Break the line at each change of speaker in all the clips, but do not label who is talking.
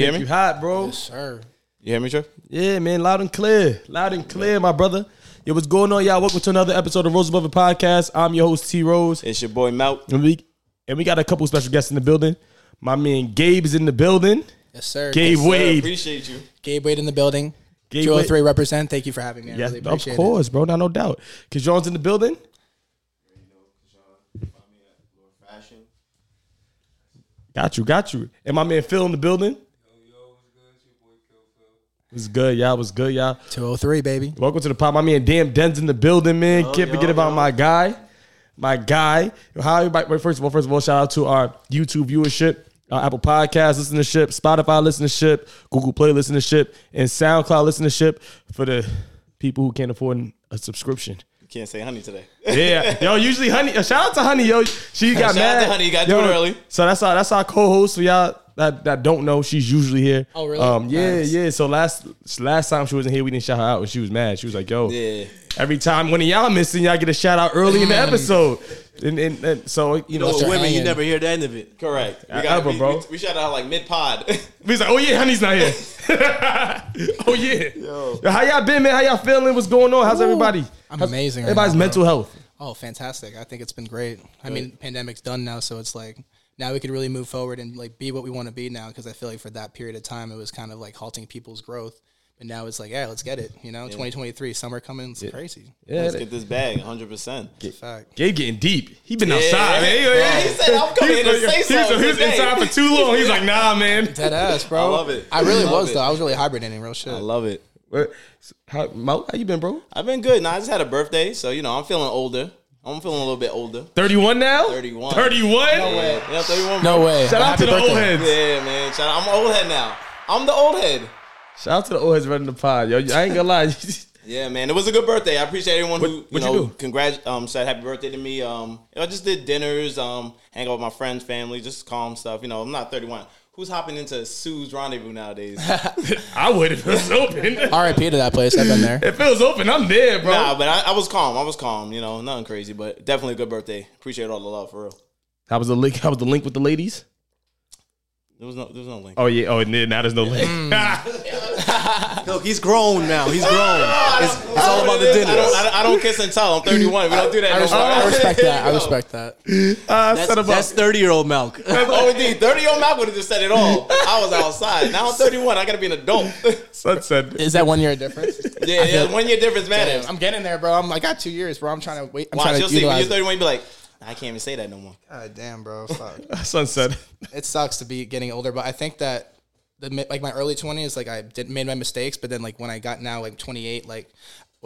You hear me?
You hot, bro.
sir.
You hear me, Trev?
Yeah, man, loud and clear, loud and clear, my brother. Yo, what's going on, y'all? Welcome to another episode of Rose Above the Podcast. I'm your host T Rose,
It's your boy Mount.
and we and we got a couple special guests in the building. My man Gabe is in the building.
Yes, sir.
Gabe
Yes,
Wade.
Appreciate you.
Gabe Wade in the building.
Gabe
Joel
Wade.
three represent. Thank you for having me. I
Yes,
really
of
appreciate
course, bro. Not no doubt. Kajon's in the building. Got you, got you. And my man Phil in the building. Was good, y'all. Was good, y'all.
it. 203, baby.
Welcome to the pod. My man, damn Den's in the building, man.
Oh,
Can't forget about my guy, my guy. Yo, How everybody? wait, First of all, first of all, shout out to our YouTube viewership, our Apple Podcast listenership, Spotify listenership, Google Play listenership, and SoundCloud listenership for the people who can't afford a subscription.
Can't say honey today.
Yeah, yo. Usually, honey. uh, Shout out to honey, yo. She got
Shout out
mad.
to Honey, you gotta do
Yo,
it early.
So that's our that's our co-host for y'all that, that don't know. She's usually here.
Oh, really?
Um, yeah,
Nice.
yeah. So last last time she wasn't here, we didn't shout her out, and she was mad. She was like, "Yo,
Yeah.
every time one of y'all missing, y'all get a shout out early in the episode." And, and, and so you know,
Oh,
Mr.
women, you
Hangin.
never hear the end of it.
Correct. We
I
gotta-
love her,
we-
bro.
We, we shout out like mid pod.
we was like, "Oh yeah, honey's not here." oh yeah. Yo. How y'all been, man? How y'all feeling? What's going on? How's everybody?
I'm
How's
amazing right
Everybody's
now, bro.
mental health.
Oh, fantastic. I think it's been great. I mean, pandemic's done now, so it's like now we could really move forward and like be what we want to be now because I feel like for that period of time it was kind of like halting people's growth. But now it's like, yeah, let's get it. You know, 2023, summer coming, it's crazy.
Yeah.
Let's get this bag, 100%.
It's a fact.
Gabe getting deep. He been outside, man. He-
Yeah, he said, "I'm coming
he
in to
was-
say
he was-
something
He was
today."
inside for too long. He's like, nah, man.
Dead ass, bro.
I love it.
I really
Love
was
it.
though. I was really hibernating, real shit.
I love it.
What- How, Mo, how you been, bro?
I've been good. Now I just had a birthday, so you know, I'm feeling older. I'm feeling a little bit older.
31 now?
31.
31?
Yeah, 31.
no way.
Shout out
Happy
to the old
birthday.
heads.
Yeah, man. Shout out. I'm an old head now. I'm the old head.
Shout out to the old heads running the pod. Yo, I ain't gonna lie.
Yeah, man, it was a good birthday. I appreciate everyone who
What- what
you know
you do?
congrat um said happy birthday to me. Um, you know, I just did dinners, um, hang out with my friends, family, just calm stuff. You know, I'm not 31. Who's hopping into Sue's Rendezvous nowadays?
I would if it was open.
RIP to that place. I've been there.
if it was open, I'm there, bro.
nah, but I, I was calm. I was calm. You know, nothing crazy, but definitely a good birthday. Appreciate all the love for real.
How was the link? How was the link with the ladies?
There was no, there was no link.
Oh yeah. Oh, and then now there's no link.
Mm.
Ah,
Look, he's grown now. He's grown. It's, it's all about the
I don't, I
dinners.
don't, I don't kiss and tell. I'm 31. We don't do that.
I
no
respect,
more.
I respect that. I respect that.
Ah, son
That's,
of a-
that's thirty-year-old milk.
Oh, indeed. 30 year old Mac would have just said it all. I was outside. Now I'm 31. I got to be an adult.
sunset.
Is that one year a difference?
yeah, yeah. One year difference matters.
I'm getting there, bro. I'm I got two years, bro. I'm trying to wait. I'm
Watch,
trying
you'll
to
see. When
utilize.
you're 31, you'll be like, I can't even say that no more.
God damn, bro. Fuck.
Sunset.
it sucks to be getting older, but I think that the mi- like my early 20s, like I did made my mistakes, but then like when I got now like 28, like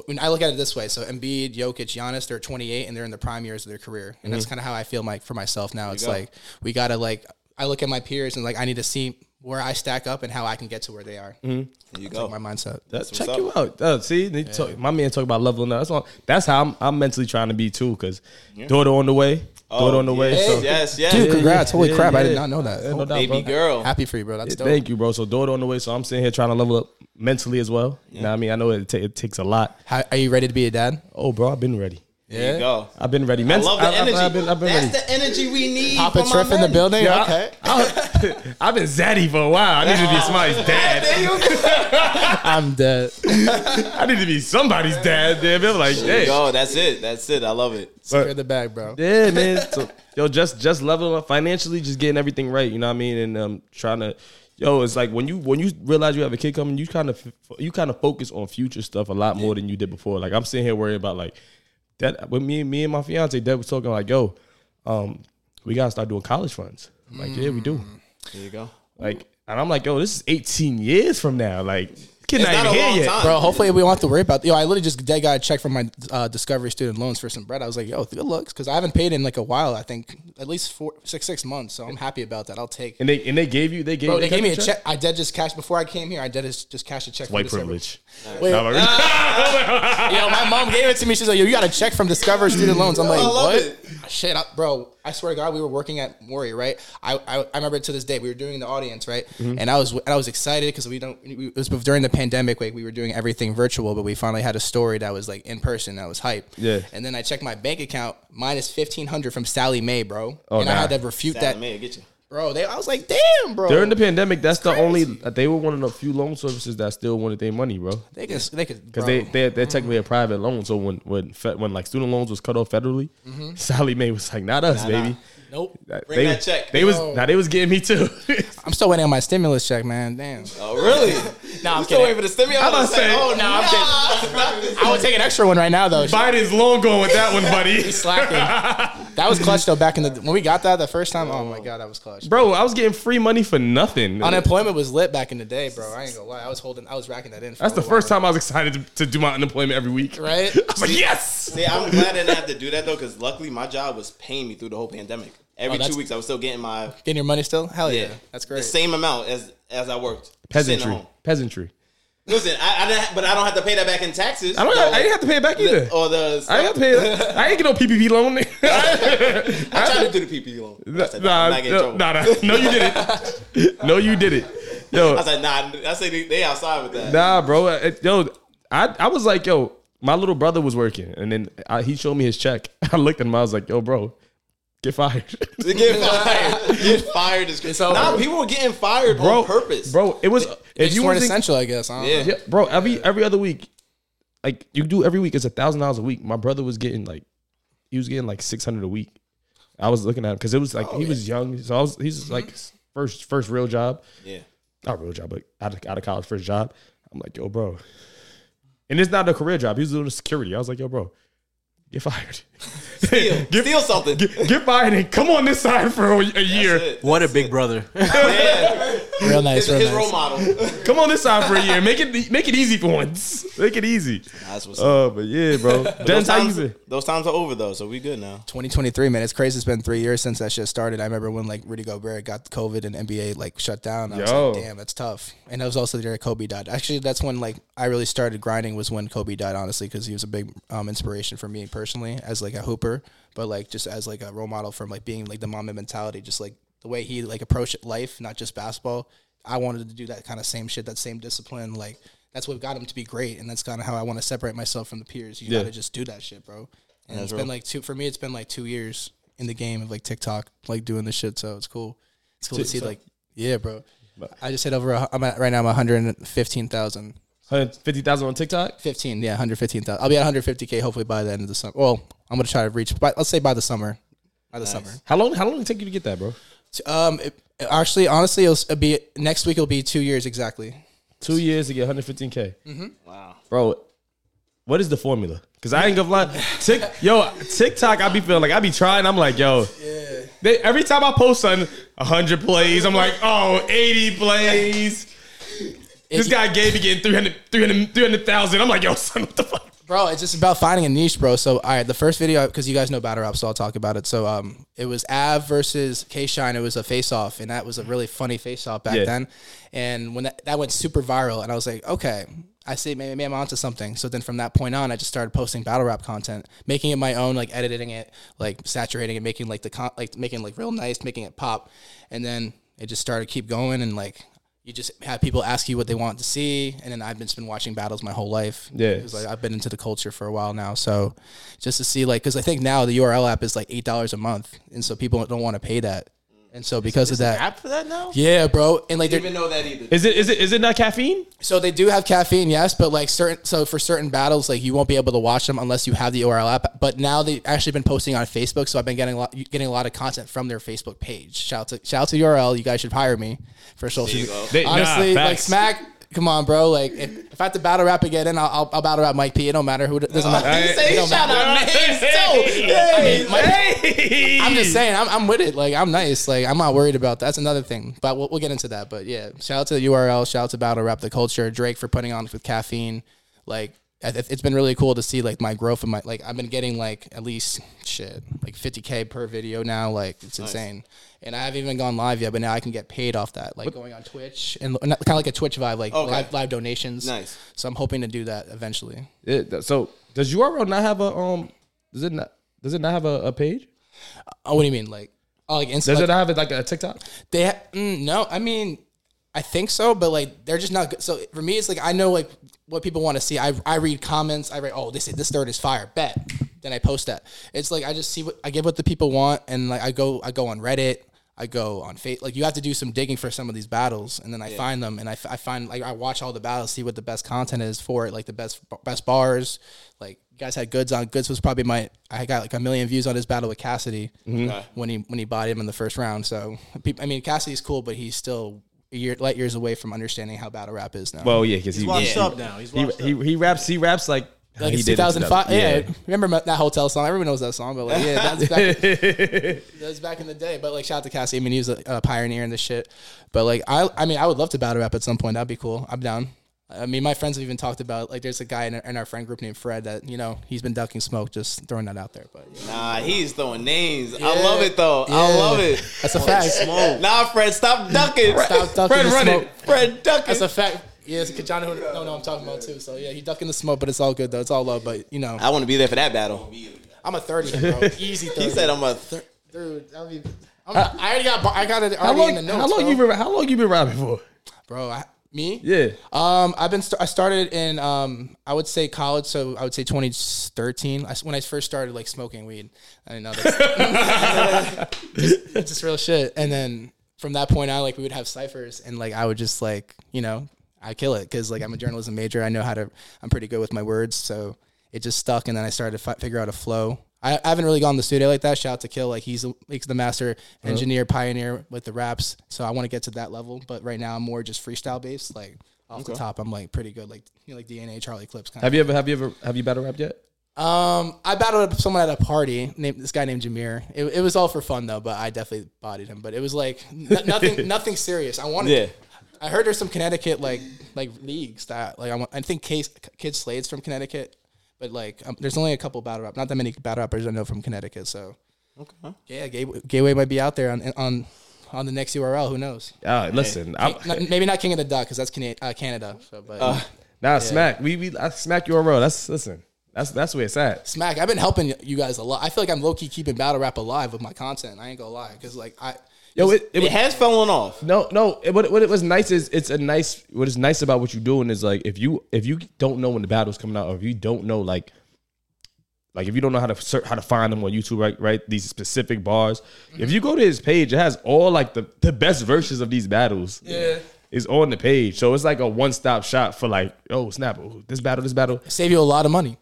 when I look at it this way, so Embiid, Jokic, Giannis, they're 28 and they're in the prime years of their career, and that's kind of how I feel like for myself now. It's
go.
like we gotta like I look at my peers and like I need to see where I stack up and how I can get to where they are.
There you go.
My mindset.
That's
what's
check
up.
you out. Uh, see, they talk, my man talk about leveling up. That's all, that's how I'm, I'm mentally trying to be too. Because daughter on the way,
Oh,
daughter on the way.
yes,
So
yes, yes.
Dude, congrats! Holy
yeah,
crap! I did
yeah.
not know that.
Yeah, no
Oh,
doubt,
Baby
bro.
girl.
Happy for you, bro. That's dope.
Thank you, bro. So daughter on the way. So I'm sitting here trying to level up mentally as well. You know what I mean? I know it, ta- it takes a lot.
How, are you ready to be a dad?
Oh, bro, I've been ready.
There you go.
I've been ready.
I
Ment-
love the
I've- I've-
energy.
I've been, I've been
That's
ready.
the energy we need.
Papa
from
Triff
our
in the
men.
building.
Yeah,
okay.
I, have been zaddy for a while. I need to be somebody's dad.
There you go.
I'm dead.
I need to be somebody's dad. Damn, I'm like,
There you
hey.
go. That's it. That's it. I love it.
Secure the bag, bro.
Yeah, man. So, yo, just just leveling up financially, just getting everything right. You know what I mean? And um, trying to, yo, it's like when you when you realize you have a kid coming, you kind of you kind of focus on future stuff a lot more than you did before. Like I'm sitting here worrying about like that. With me, me and my fiance, Dad was talking like, yo, um, we gotta start doing college funds. I'm like, yeah, we do.
Mm.
There you go.
Like, and I'm like, yo, this is 18 years from now. Like, kid
It's
not,
not a
even here
long
yet.
time.
Bro, hopefully we don't have to worry about. Yo, I literally just dead got a check from my uh, Discovery student loans for some bread. I was like, yo, good looks, because I haven't paid in like a while. I think at least four, six, six months. So I'm happy about that. I'll take.
And they and they gave you they gave
Bro,
you
they
cut
gave me a
the
check. I did just cash before I came here. I did just just cash a check. from
White
Discover.
privilege.
Wait, Ah.
Nah, I'm like-
yo, my mom gave it to me. She's like, yo, you got a check from Discover Student Loans. I'm like,
I love
what?
it.
Shit, I, bro. I swear to God, we were working at Mori, right? I, I, I remember to this day we were doing the audience, right? And I was and I was excited because we don't. We, it was during the pandemic, like we were doing everything virtual, but we finally had a story that was like in person. That was hype.
Yeah.
And then I checked my bank account minus fifteen hundred from Sally Mae, bro. and I
Oh, nah.
had to refute
That
that.
man, get you.
bro. They, I was like, damn, bro.
During the pandemic, that's the only uh, they were one of the few loan services that still wanted their money, bro.
they could, they could,
Because they they they're technically a private loan. So when when fe- when like student loans was cut off federally, Sally Mae was like, not us, baby.
nope.
Bring
they,
that check.
They was
Yo.
now they was getting me too.
I'm still waiting on my stimulus check, man. Damn.
Oh, really?
Nah, I'm
Still
kidding.
waiting for the stimulus.
I'm about to say-
oh,
Nah, I'm kidding.
I'm kidding.
I would take an extra one right now though.
Biden's long gone with that one, buddy.
He's slacking. that was clutch though. Back in the when we got that the first time. Oh my god, that was clutch.
Bro, I was getting free money for nothing.
Unemployment was lit back in the day, bro. I ain't gonna lie. I was holding. I was racking that in. For
That's
a
the
while.
first time I was excited to, to do my unemployment every week.
Right?
I was like, yes.
See, I'm glad I didn't have to do that though, because luckily my job was paying me through the whole pandemic.
Oh,
Every
that's-
two weeks, I was still getting my
Getting your money still? Hell yeah,
yeah,
that's great.
The same amount as as I worked sitting
Peasantry.
home.
Peasantry.
Listen, I, I didn't, but I don't have to pay that back in taxes.
I don't. I didn't have to pay it back either.
Or the
I ain't got paid. I ain't get no PPP loan.
I tried to do the PPP loan. I said, nah,
nah,
I'm not getting
no,
trouble.
nah, nah. no, you did it. No, you did it. Yo,
I said, nah, I said they, they outside with that.
nah, bro. Uh, Yo, I, I was like, yo, my little brother was working, and then I, he showed me his check. I looked at him. I was like, yo, bro, get fired,
To get fired, get fired is
It's
crazy.
over.
Nah, people were getting fired
bro.
on purpose,
bro. It was
If
if you
weren't
was in,
essential, I guess. I don't
Yeah.
know.
yeah, bro. Every every other week, like you do every week, it's a thousand dollars a week. My brother was getting like, he was getting like six hundred a week. I was looking at him because it was like
Oh,
he was young, so I was he's just like first first real job.
Yeah,
not real job, but out of, out of college first job. I'm like, yo, bro. And it's not a career job. He was doing security. I was like, yo, bro, get fired.
steal,
get,
steal something.
get, get fired and come on this side for a, a year.
Shit.
What a big brother.
Yeah.
Real nice.
His,
Real
his
nice.
role model.
Come on this side for a year. Make it make it easy for once. Make it easy.
That's what's up.
Oh, but yeah, bro. Denz,
Those
how you
times,
been?
those times are over though, so we good now.
2023, man. It's crazy. It's been three years since that shit started. I remember when like Rudy Gobert got COVID and NBA like shut down. I
Yo.
was like, damn, that's tough. And that was also the year Kobe died. Actually, that's when like I really started grinding was when Kobe died, honestly, because he was a big um, inspiration for me personally as like a hooper, but like just as like a role model from like being like the mama mentality, just like the way he like approached life, not just basketball. I wanted to do that kind of same shit, that same discipline, like. That's what got him to be great, and that's kind of how I want to separate myself from the peers. You gotta just do that shit, bro. And it's been like two for me. It's been like two years in the game of like TikTok, like doing this shit. So it's cool. It's cool to see like yeah, bro. I just hit over. A, hu- I'm at right now. I'm 115,000.
150,000 on TikTok?
15, yeah, 115,000. I'll be at 150k hopefully by the end of the summer. Well, I'm gonna try to reach. By, let's say by the summer. By the summer.
How long how long did it take you to get that, bro?
So, um, it, actually, honestly, it'll, s- it'll be next week. It'll be two years exactly.
Two years to get 115K.
Mm-hmm.
Wow.
bro. What is the formula? Because I ain't gonna lie, Tik, yo, TikTok, I be feeling like I be trying. I'm like, yo, they, every time I post something, hundred plays, I'm like, oh, 80 plays. This guy gave me getting 300 300 300,000. I'm like, yo, son, what the fuck?
Bro, it's just about finding a niche, bro. So, all right, the first video because you guys know Battle Rap, so I'll talk about it. So, um, it was Av versus K Shine. It was a face off, and that was a really funny face off back
Yeah.
then. And when that, that went super viral, and I was like, okay, I see, maybe, maybe I'm onto something. So then from that point on, I just started posting Battle Rap content, making it my own, like editing it, like saturating it, making like the con- like making like real nice, making it pop, and then it just started to keep going and like. You just have people ask you what they want to see, and then I've been, just been watching battles my whole life.
Yeah.
It was like I've been into the culture for a while now, so just to see like because I think now the URL app is like eight dollars a month, and so people don't want to pay that, and so because of that,
App for that now?
yeah, bro, and like they're,
Didn't even know that either.
Is it is it is it not caffeine?
so they do have caffeine, yes, but like certain so for certain battles, like you won't be able to watch them unless you have the URL app. But now they've actually been posting on Facebook, so I've been getting a lot getting a lot of content from their Facebook page. Shout out to shout out to URL, you guys should hire me for social.
you go.
They- nah,
Honestly, like
facts.
smack. Come on, bro. Like, if, if I have to battle rap again, then I'll, I'll, I'll battle rap Mike P. It don't matter who. It doesn't matter.
Uh, Hey,
It don't matter.
Hey, hey.
I'm just saying, I'm, I'm with it. Like, I'm nice. Like, I'm not worried about that. That's another thing. But we'll, we'll get into that. But yeah, shout out to the URL. Shout out to Battle Rap, the culture. Drake for putting on with caffeine. Like, I- it- it's been really cool to see like my growth and my like. I've been getting like at least shit like 50k per video now. Like, it's insane. And I haven't even gone live yet, but now I can get paid off that. Like going on Twitch and kind of like a Twitch vibe, like
Okay.
live, live donations.
Nice.
So I'm hoping to do that eventually.
Yeah, that- so does URL not have a um? Does it not? Does it not have a, a page?
Oh, what do you mean? Like, oh, like Instagram.
Does it not have like a TikTok?
They ha- mm, no, I mean, I think so, but like they're just not good. So for me, it's like I know like what people want to see. I I read comments. I write, oh, this this third is fire. Bet. Then I post that. It's like I just see what I get what the people want, and like I go I go on Reddit. I go on fa Like you have to do some digging for some of these battles, and then I find them, and I, f- I find like I watch all the battles, see what the best content is for it, like the best best bars. Like you guys had goods on goods was probably my I got like a million views on his battle with Cassidy when he when he bought him in the first round. So peop- I mean Cassidy's cool, but he's still a year light years away from understanding how battle rap is now.
Well, yeah, because he,
He's washed up now. He's
he,
washed
he
up.
he raps he raps like how
like
he
it's
did in
2005.
2000.
Yeah. remember that hotel song? Everyone knows that song, but like, yeah, that's back, that was back in the day. But like, shout out to Cassie. I mean, he was a, a pioneer in this shit. But like, I, I mean, I would love to battle rap at some point. That'd be cool. I'm down. I mean, my friends have even talked about like, there's a guy in our, in our friend group named Fred that you know he's been ducking smoke. Just throwing that out there, but yeah.
Nah, he's throwing names. I love it though. I
Yeah.
love it.
That's a fact.
Nah, Fred, stop ducking.
Stop ducking
Fred,
the
run
smoke.
it. Fred, ducking.
That's a fact. Yeah, it's Kajana who don't know what I'm talking about too. So yeah, he ducking the smoke, but it's all good though. It's all love. But you know,
I want to be there for that battle.
I'm a thirty, bro. Easy thirty.
He said I'm a. Thir-
Dude, I mean, I'm, I already got, I got it
Uh, How
already in
long,
the notes,
how long
bro.
you been how long you been rapping for?
bro? I, me?
Yeah.
Um, I've been, st- I started in, um, I would say college, so I would say 2013. I s when I first started like smoking weed, I didn't know that's just, it's just real shit. And then from that point on, like we would have ciphers, and like I would just like, you know, I kill it because like I'm a journalism major. I know how to, I'm pretty good with my words, so it just stuck. And then I started to fi- figure out a flow. I, I haven't really gone in the studio like that. Shout out to Kill, like he's he's the master engineer pioneer with the raps. So I want to get to that level, but right now I'm more just freestyle based. Like off the top, I'm like pretty good, like you know, like DNA Charlie Clips kind of.
Have you ever have you ever have you battle rapped yet?
Um, I battled up someone at a party named this guy named Jameer. It, it was all for fun though, but I definitely bodied him. But it was like n- nothing, nothing serious. I wanted.
Yeah.
I heard there's some Connecticut like like leagues that like I, want, I think Case, Kid Slade's from Connecticut, but like um, there's only a couple battle rap, not that many battle rappers I know from Connecticut. So yeah, Gay, Gateway might be out there on on on the next URL. Who knows?
Uh, listen, I'm,
Not- maybe not King of the Duck because that's Cana- uh, Canada. So, but
nah, smack. We we I smack your road. That's listen. That's that's where it's at.
Smack, I've been helping you guys a lot. I feel like I'm low key keeping battle rap alive with my content. I ain't gonna lie, because like I,
Yo, it, it
it
was,
has fallen off.
no no. It, what what it was nice is it's a nice. What is nice about what you're doing is like if you if you don't know when the battle's coming out or if you don't know like like if you don't know how to search, how to find them on YouTube, right? Right, these specific bars. If you go to his page, it has all like the the best versions of these battles. Yeah. Is on the page, so it's like a one stop shop for like, oh snap, oh, this battle, this battle,
save you a lot of money.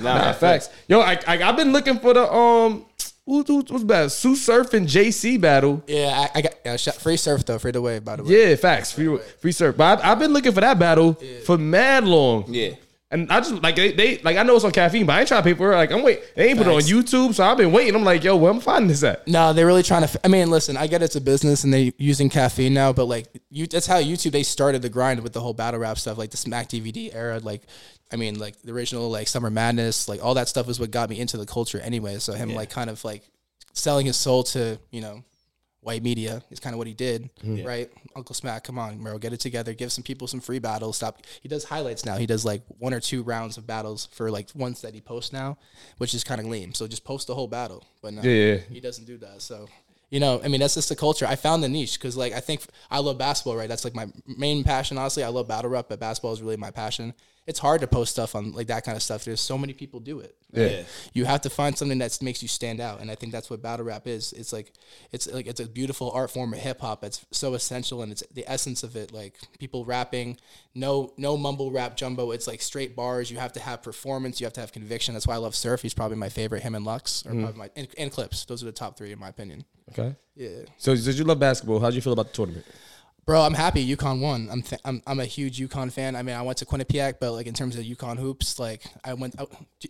Nah, facts. Yo, I, I I've been looking for the um who, who, who's bad? Sue Surf and JC battle.
Yeah, I, I got yeah, shot, free surf though, free the wave. By the way,
Yeah, facts. Free free surf. But I, I've been looking for that battle for mad long.
Yeah.
And I just like they, they like I know it's on caffeine, but I ain't trying to pay for it. Like I'm wait, they ain't put it on
Facts.
YouTube, so I've been waiting. I'm like, yo, where I'm finding this at?
No, they're really trying to. f- I mean, listen, I get it's a business and they using caffeine now, but like, you, that's how YouTube they started the grind with the whole battle rap stuff, like the Smack DVD era. Like, I mean, like the original like Summer Madness, like all that stuff is what got me into the culture anyway. So him like kind of like selling his soul to you know white media is kind of what he did,
Mm-hmm.
right? Uncle Smack, come on, Merrill, get it together. Give some people some free battles. Stop. He does highlights now. He does like one or two rounds of battles for like ones that he posts now, which is kind of lame. So just post the whole battle. But no,
Yeah.
he doesn't do that. So, you know, I mean, that's just the culture. I found the niche because, like, I think I love basketball, right? That's like my main passion. Honestly, I love battle rap, but basketball is really my passion. It's hard to post stuff on like that kind of stuff. There's so many people do it.
Yeah.
You have to find something that makes you stand out, and I think that's what battle rap is. It's like it's like it's a beautiful art form of hip hop that's so essential, and it's the essence of it. Like people rapping, no no mumble rap jumbo. It's like straight bars. You have to have performance. You have to have conviction. That's why I love Surf. He's probably my favorite. Him and Lux are probably my and, and Clips. Those are the top three in my opinion.
Okay.
Yeah,
So did you love basketball? How'd you feel about the tournament?
bro. I'm happy UConn won. I'm th- I'm I'm a huge UConn fan. I mean, I went to Quinnipiac, but like in terms of UConn hoops, like I went. I, I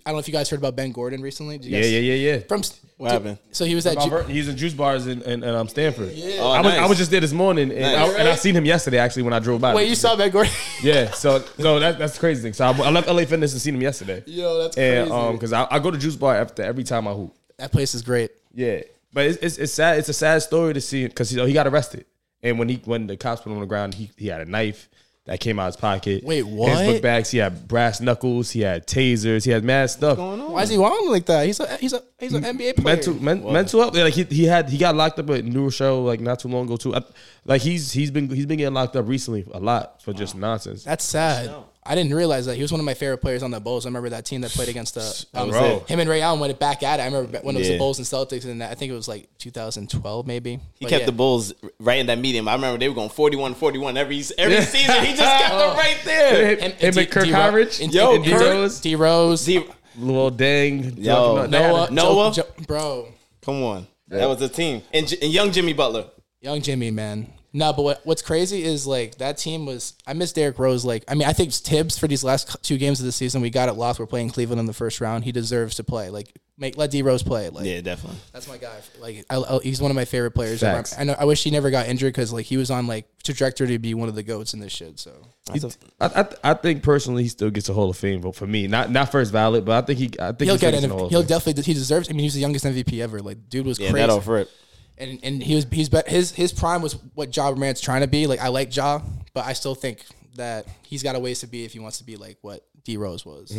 don't know if you guys heard about Ben Gordon recently. Did you guys-
yeah, yeah.
From
What happened?
So he was at. Ju-
He's in juice bars in, in, um, Stanford. Yeah.
Oh,
I, was, I
nice.
was just there this morning, and, I,
Nice.
and I seen him yesterday actually when I drove by.
Wait, you saw Ben Gordon?
Yeah, so no, that, that's the crazy thing. So I, I left LA Fitness and seen him yesterday.
Yo, that's
and
crazy.
um, because I, I go to Juice Bar after every time I hoop.
that place is great.
Yeah, but it's, it's, it's sad. It's a sad story to see because you know, he got arrested, and when he when the cops put him on the ground, he he had a knife that came out of his pocket.
Wait,
In his book
what?
bags, he had brass knuckles, he had tasers, he had mad stuff.
Why is he wilding like that? He's a he's a he's an NBA player.
Mental, men, mental health. Like he, he had, he got locked up at New Rochelle like not too long ago too. I, like he's he's been he's been getting locked up recently a lot for just nonsense.
That's sad. I didn't realize that he was one of my favorite players on the Bulls. I remember that team that played against the um,
was it.
him and Ray Allen went back at it. I remember when it was
Yeah.
the Bulls and Celtics, and I think it was like 2012 maybe.
He kept the Bulls right in that medium. I remember they were going 41 41 every every season. He just kept them right there.
Him and Kirk Howard,
Yo,
Yo,
D Rose,
D Rose,
See,
Lil Dang,
Yo.
Duncan- they had a-
Noah,
Noah.
Jo- Jo- bro,
come on. That was a team. And, J- and young Jimmy Butler.
young Jimmy, man. No, but what, what's crazy is like that team was. I miss Derrick Rose. Like, I mean, I think Tibbs for these last c- two games of the season, we got it lost. We're playing Cleveland in the first round. He deserves to play. Like, make let D Rose play. Like,
Yeah, definitely.
That's my guy. Like I, I, he's one of my favorite players. ever.
Facts.
I know. I wish he never got injured because like he was on like trajectory to be one of the goats in this shit. So
He- I, I th- I think personally he still gets a Hall of Fame vote for me. Not not first ballot, but I think he I think
he'll
he still
get
gets
it.
in the Hall of
He'll
Fame.
definitely. He deserves. I mean, he was the youngest MVP ever. Like dude was
Yeah,
crazy.
that off rip.
and and he was he's but his his prime was what Ja Morant's trying to be. Like I like Ja, but I still think that he's got a ways to be if he wants to be like what D Rose was.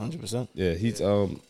100%.
Yeah, he's um,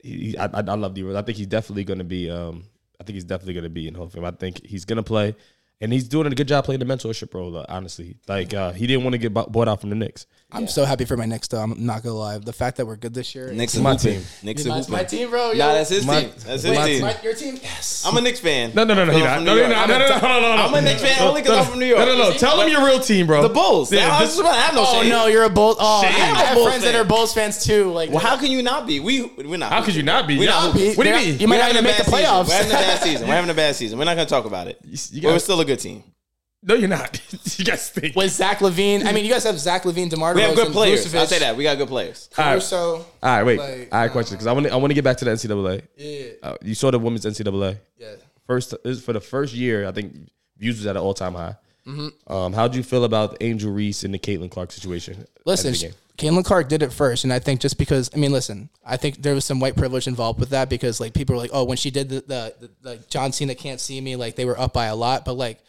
he, he- I, I I love D Rose. I think he's definitely gonna be um, I think he's definitely gonna be in Hall of Fame. I think he's gonna play, and he's doing a good job playing the mentorship role. uh, honestly, like uh, he didn't want to get bu- bought out from the Knicks.
I'm so happy for my next. Though. I'm not gonna lie. The fact that we're good this year.
Knicks
My
my
team.
team. Knicks
My,
and
my
hooping.
team, bro.
Nah,
yo.
that's his
My-
team. That's
Wait,
his team.
my- your team. Yes.
I'm a Knicks fan.
No, no, no, no,
I'm
he not.
from
No,
New
he
York.
not.
I'm
No,
a-
no, no, no, no, no.
I'm a Knicks fan only because I'm from New York.
No, no, no. Tell him your real team, bro.
The Bulls.
Yeah,
I,
this-
was- I have no
Oh
shame.
no, you're a Bulls. Oh, I
Shame.
have, I have
Bulls
friends that
fan.
are Bulls fans too. Like,
Well, how can you not be? We we're not.
How could you not be?
We're
Yeah,
not hooping.
what do you
They're-
mean?
You might
We're
not
having
even
a
make the
bad season.
playoffs.
We're having a bad season. We're having a bad season. We're not going to talk about it.
you
But
gotta-
we're still a good team.
No, you're not. you guys think.
with Zach Levine. I mean, you guys have Zach Levine, Demar.
We have good players. I say that we got good players.
All right.
Caruso.
All right, wait.
Like,
All right, question because I want to I want to get back to the NCAA.
Yeah,
Uh, you saw the women's NCAA.
yeah.
first is for the first year, I think views was at an all time high.
Mm-hmm.
Um, how do you feel about Angel Reese and the Caitlin Clark situation?
Listen,
At the beginning?
Caitlin Clark did it first, and I think just because I mean, listen, I think there was some white privilege involved with that because like people were like, oh, when she did the the, the like John Cena can't see me, like they were up by a lot, but like.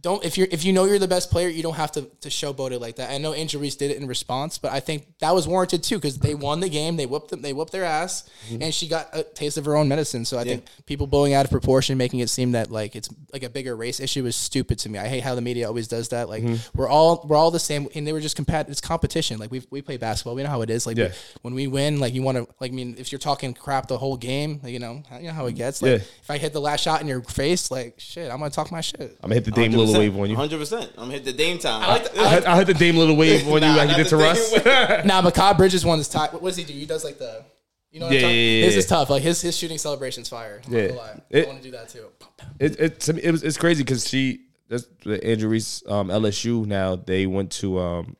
Don't if you're if you know you're the best player, you don't have to to showboat it like that. I know Angel Reese did it in response, but I think that was warranted too because they won the game, they whooped them, they whooped their ass,
Mm-hmm.
and she got a taste of her own medicine. So I think people blowing out of proportion, making it seem that like it's like a bigger race issue is stupid to me. I hate how the media always does that. Like
Mm-hmm.
we're all we're all the same, and they were just compat. It's competition. Like we we play basketball, we know how it is. Like we-
Yeah.
when we win, like you want to like I mean, if you're talking crap the whole game, like, you know you know how it gets. Like
Yeah.
if I hit the last shot in your face, like shit, I'm gonna talk my shit.
I'm gonna hit the Dame Little Wave on you.
100. percent I'm gonna hit the Dame time.
I hit, I hit the Dame Little Wave on
Nah,
you like you
not
did to
the Dame
Russ.
Wave.
Nah, Makai Bridges won this tie. What does he do? He does like the. You know what
Yeah,
I'm talking?
yeah, yeah,
His
yeah.
is tough. Like his his shooting celebration's fire. I'm
Yeah.
not gonna lie.
It-
I want to do that too.
it, it, to me, it was, it's crazy because she that's the Angel Reese um, LSU now they went to um,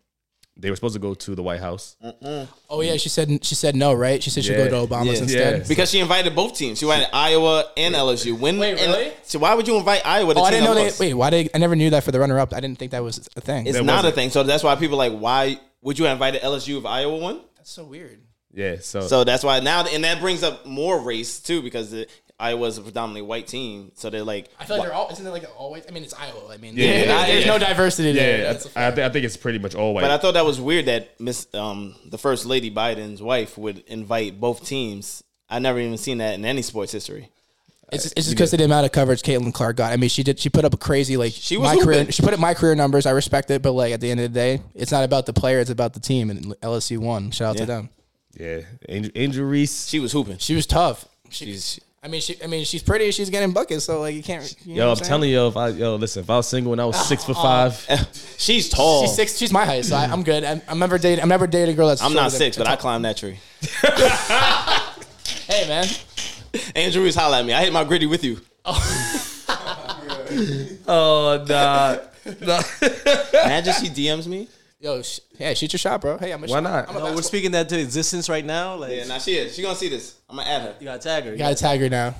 they were supposed to go to the White House.
Mm.
Oh yeah, she said she said no, right? She said she'll
Yeah.
go to Obama's
Yeah.
instead.
Yeah.
because she invited both teams. She invited Iowa and LSU. When
Wait,
and-
really?
so why would you invite Iowa? The
Oh, I
team
didn't know
that
they.
lost?
Wait, why did I never knew that for the runner up? I didn't think that was a thing.
It's
That
not
wasn't.
a thing. So that's why people are like why would you invite LSU if Iowa won?
That's so weird.
Yeah, so,
So that's why now and that brings up more race too because the, Iowa's a predominantly white team. So they're like
I feel like they're all. Isn't it like always? I mean, it's Iowa. I mean,
Yeah, yeah, yeah,
there's
yeah.
no diversity
yeah,
there.
I,
That's a
I, thi- I think it's pretty much all white.
But I thought that was weird that Miss um, the first lady Biden's wife would invite both teams. I never even seen that in any sports history.
It's just, it's just because of the amount of coverage Caitlin Clark got. I mean, she did. She put up a crazy like she
was
my
hooping.
career. She put up my career numbers. I respect it, but like at the end of the day, it's not about the player. It's about the team. And LSU won. Shout out to them.
yeah, Angel, Angel Reese.
She was hooping.
She was tough. She, I mean, she. I mean, she's pretty. She's getting buckets. So like, you can't. You know
Yo,
what
I'm
saying? Oh,
telling you, if I yo listen, if I was single and I was six foot five,
She's tall.
She's six. She's my height, so I, I'm good. I'm, I'm never dating. I'm never dating a girl that's.
oh. I'm not
shorter than-
six, but I climbed that tree.
Hey man,
Andrew Reese holla at me. I hit my gritty with you.
oh nah.
Imagine she DMs me.
yo, sh- yeah, shoot your shot, bro. Hey, I'm a
Why
I'm a
not?
No, we're
basketball-
speaking that to existence right now. Like
Yeah, now she is. She gonna see this. I'm gonna add her.
you got tag her.
You gotta tag her now.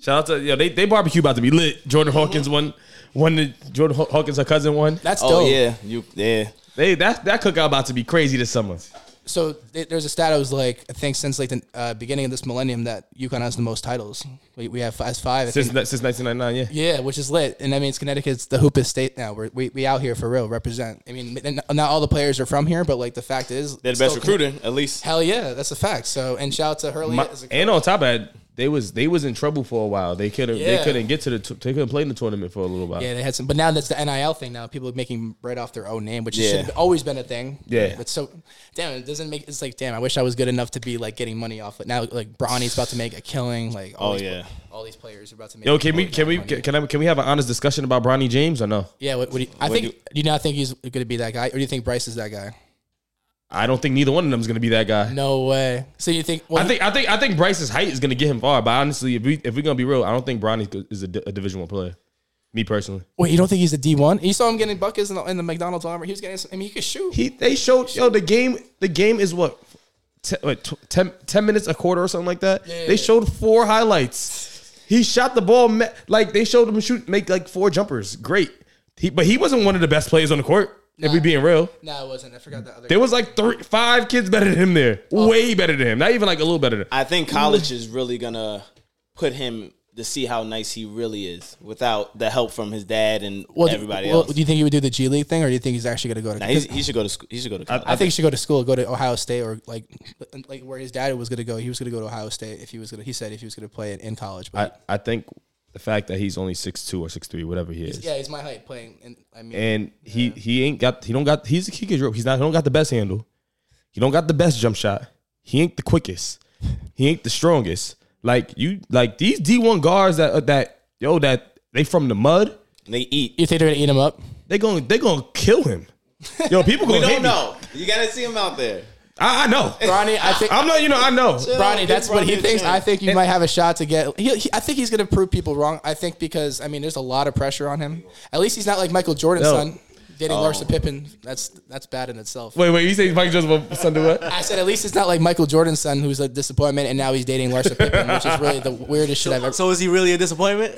Shout out to yo, they they barbecue about to be lit.
Mm-hmm.
Jordan Hawkins won, won the Jordan Haw- Hawkins her cousin won.
That's
Oh
dope.
yeah, you yeah.
They that that cookout about to be crazy this summer.
So th- there's a stat I was like, I think since like the uh, beginning of this millennium that UConn has the most titles. We, we have as five. I
Since
think.
since 1999, yeah.
Yeah, which is lit, and I mean, it's Connecticut's the hoopist state now. We're, we we out here for real. Represent. I mean, and not all the players are from here, but like the fact is,
They're the best
still-
recruiter, at least.
Hell yeah, that's a fact. So and shout out to Hurley.
My-
as a-
and on top of that, they was they was in trouble for a while. They couldn't
Yeah.
they couldn't get to the t- they couldn't play in the tournament for a little while.
Yeah, they had some, but now that's the NIL thing. Now people are making right off their own name, which
Yeah.
should have always been a thing.
Yeah.
but so damn, it doesn't make. It's like damn, I wish I was good enough to be like getting money off. But now like Bronny's about to make a killing. Like all
Oh,
these,
yeah.
all these players are about to make.
Yo, can we
money
can
off
we
money.
can I, can we have an honest discussion about Bronny James or no?
yeah, what, what do you, I think.
do
Do you not think he's going to be that guy, or do you think Bryce is that guy?
I don't think neither one of them is gonna be that guy.
No way. So you think? Well,
I think I think I think Bryce's height is gonna get him far. But honestly, if we if we're gonna be real, I don't think Bronny is a, di- a Division One player. Me personally,
Wait, you don't think he's a D one? You saw him getting buckets in the, in the McDonald's armor. He was getting. Some, I mean, he could shoot.
he they showed yo the game. The game is what. Ten, what, tw- 10, 10 minutes a quarter or something like that. They showed four highlights. He shot the ball ma- like they showed him shoot make like four jumpers. Great, he, but he wasn't one of the best players on the court. If we being real,
no, it wasn't. I forgot that other.
There was like three, five kids better than him there. Way better than him. Not even like a little better than him.
I think college is really gonna put him to see how nice he really is without the help from his dad and
Well,
everybody
well,
else.
Do you think he would do the G League thing, or do you think he's actually going to go to?
Nah, he's- he should go to school. He should go to college.
I think he should go to school, go to Ohio State, or like like where his dad was going to go. He was going to go to Ohio State if he was going. to He said if he was going to play it in college.
I,
But
I think the fact that he's only six two or six three, whatever he is.
yeah, he's my height playing. And I mean,
And he he ain't got he don't got he's he can dribble. He's not he don't got the best handle. He don't got the best jump shot. He ain't the quickest. He ain't the strongest. Like you like these D one guards that uh, that yo that they from the mud,
they eat.
you think they're going to eat him up?
they going they gonna kill him. Yo, people
We
gonna hate
don't
me.
know. You gotta see him out there.
I, I know.
Bronny, I think.
I'm not you know I know.
Bronny, that's
Give
what he
Bronny a
thinks.
chance.
I think you might have a shot to get. He, he, I think he's going to prove people wrong. I think because I mean, there's a lot of pressure on him. At least he's not like Michael Jordan's
No.
son dating
Oh.
Larsa Pippen. That's that's bad in itself.
Wait wait you say Mike Jones will Sunday what?
I said, at least it's not like Michael Jordan's son, who's a disappointment, and now he's dating Larsa Pippen, which is really the weirdest shit I've ever.
So is he really a disappointment?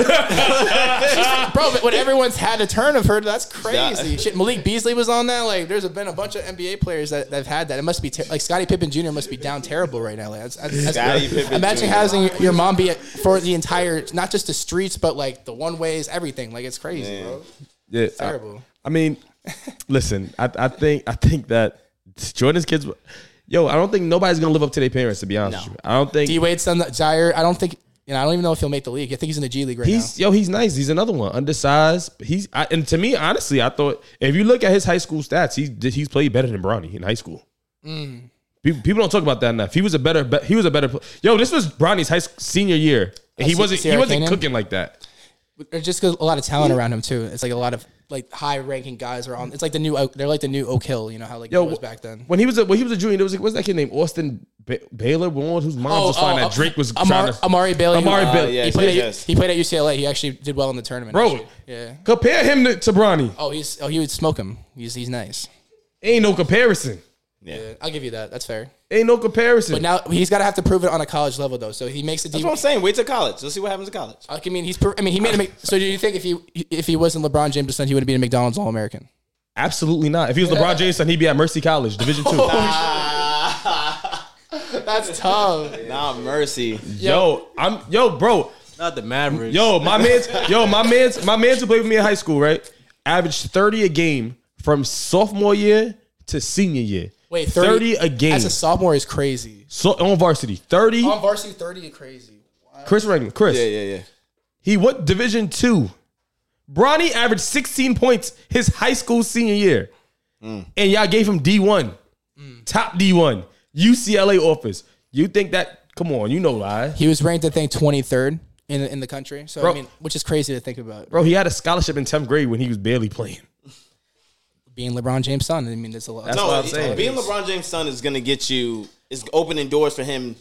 Bro, but when everyone's had a turn of her, that's crazy. Shit, Malik Beasley was on that. Like, there's been a bunch of NBA players that that have had that. It must be ter- like Scottie Pippen Jr. must be down terrible right now. Like, that's, that's, that's-
Scottie Pippen
imagine
Jr..
having your mom be a- for the entire, not just the streets, but like the one ways, everything. Like, it's crazy, bro.
Yeah, I-
Terrible.
I, mean, listen, I, I think I think that Jordan's kids, yo, I don't think nobody's gonna live up to their parents. To be honest, with you. I don't think
D Wade's son, Jair. I don't think. You know, I don't even know if he'll make the league. I think he's in the G League right
he's yo, he's nice. He's another one, undersized. but He's I, and to me, honestly, I thought if you look at his high school stats, he's did- he's played better than Bronny in high school.
Mm.
People, people don't talk about that enough. He was a better, be- he was a better. pl- Yo, this was Bronny's high school, senior year. And he
see-
wasn't, he
Sierra
wasn't
Canyon?
cooking like that.
now. There's just 'cause a lot of talent around him too. It's like a lot of like high ranking guys are on. It's like the new. Oak- They're like the new Oak Hill. You know how like it was
wh-
back then.
when he was a, when he was a junior, there was like, what's that kid named Austin ba- Baylor, one whose
Oh,
mom was fine. that Drake was
Amari,
trying to,
Amari Bailey. who-
Amari Bailey.
yeah,
He played,
yeah,
at,
yes.
he played at UCLA. He actually did well in the tournament.
Bro,
actually. yeah.
compare him to, to Bronny.
Oh, he's oh he would smoke him. He's he's nice.
Ain't no comparison.
Yeah.
I'll give you that. That's fair.
Ain't no comparison.
But now he's got to have to prove it on a college level though. So he makes a
That's
D.
what I'm saying. Wait till college. Let's see what happens in college.
I mean, he's. pro- I mean, he made a. Mc- So do you think if he if he wasn't LeBron James' son, he would have been a McDonald's All American?
Absolutely not. If he was LeBron James, then he'd be at Mercy College, Division Two.
Oh, That's tough.
Nah, mercy.
yo, I'm yo, bro.
Not the Mavericks.
Yo, my man's yo, my man's my man's who played with me in high school, right? Averaged 30 a game from sophomore year to senior year.
Wait, 30
30, a game.
As a Oh. sophomore is crazy.
so on varsity. 30.
On varsity, thirty is crazy.
Chris Reagan. Chris.
Yeah, yeah, yeah.
He went Division Two. Bronny averaged 16 points his high school senior year, and y'all gave him D1, top D1, UCLA office. You think that? Come on, you know lie,
He was ranked, I think, twenty third in in the country. So
Bro.
I mean, which is crazy to think about.
bro. He had a scholarship in 10th grade when he was barely playing.
Being LeBron James' son, I mean, there's a lot.
That's
No,
what I'm
it-
saying.
being LeBron James' son is gonna get you. Is opening doors for him.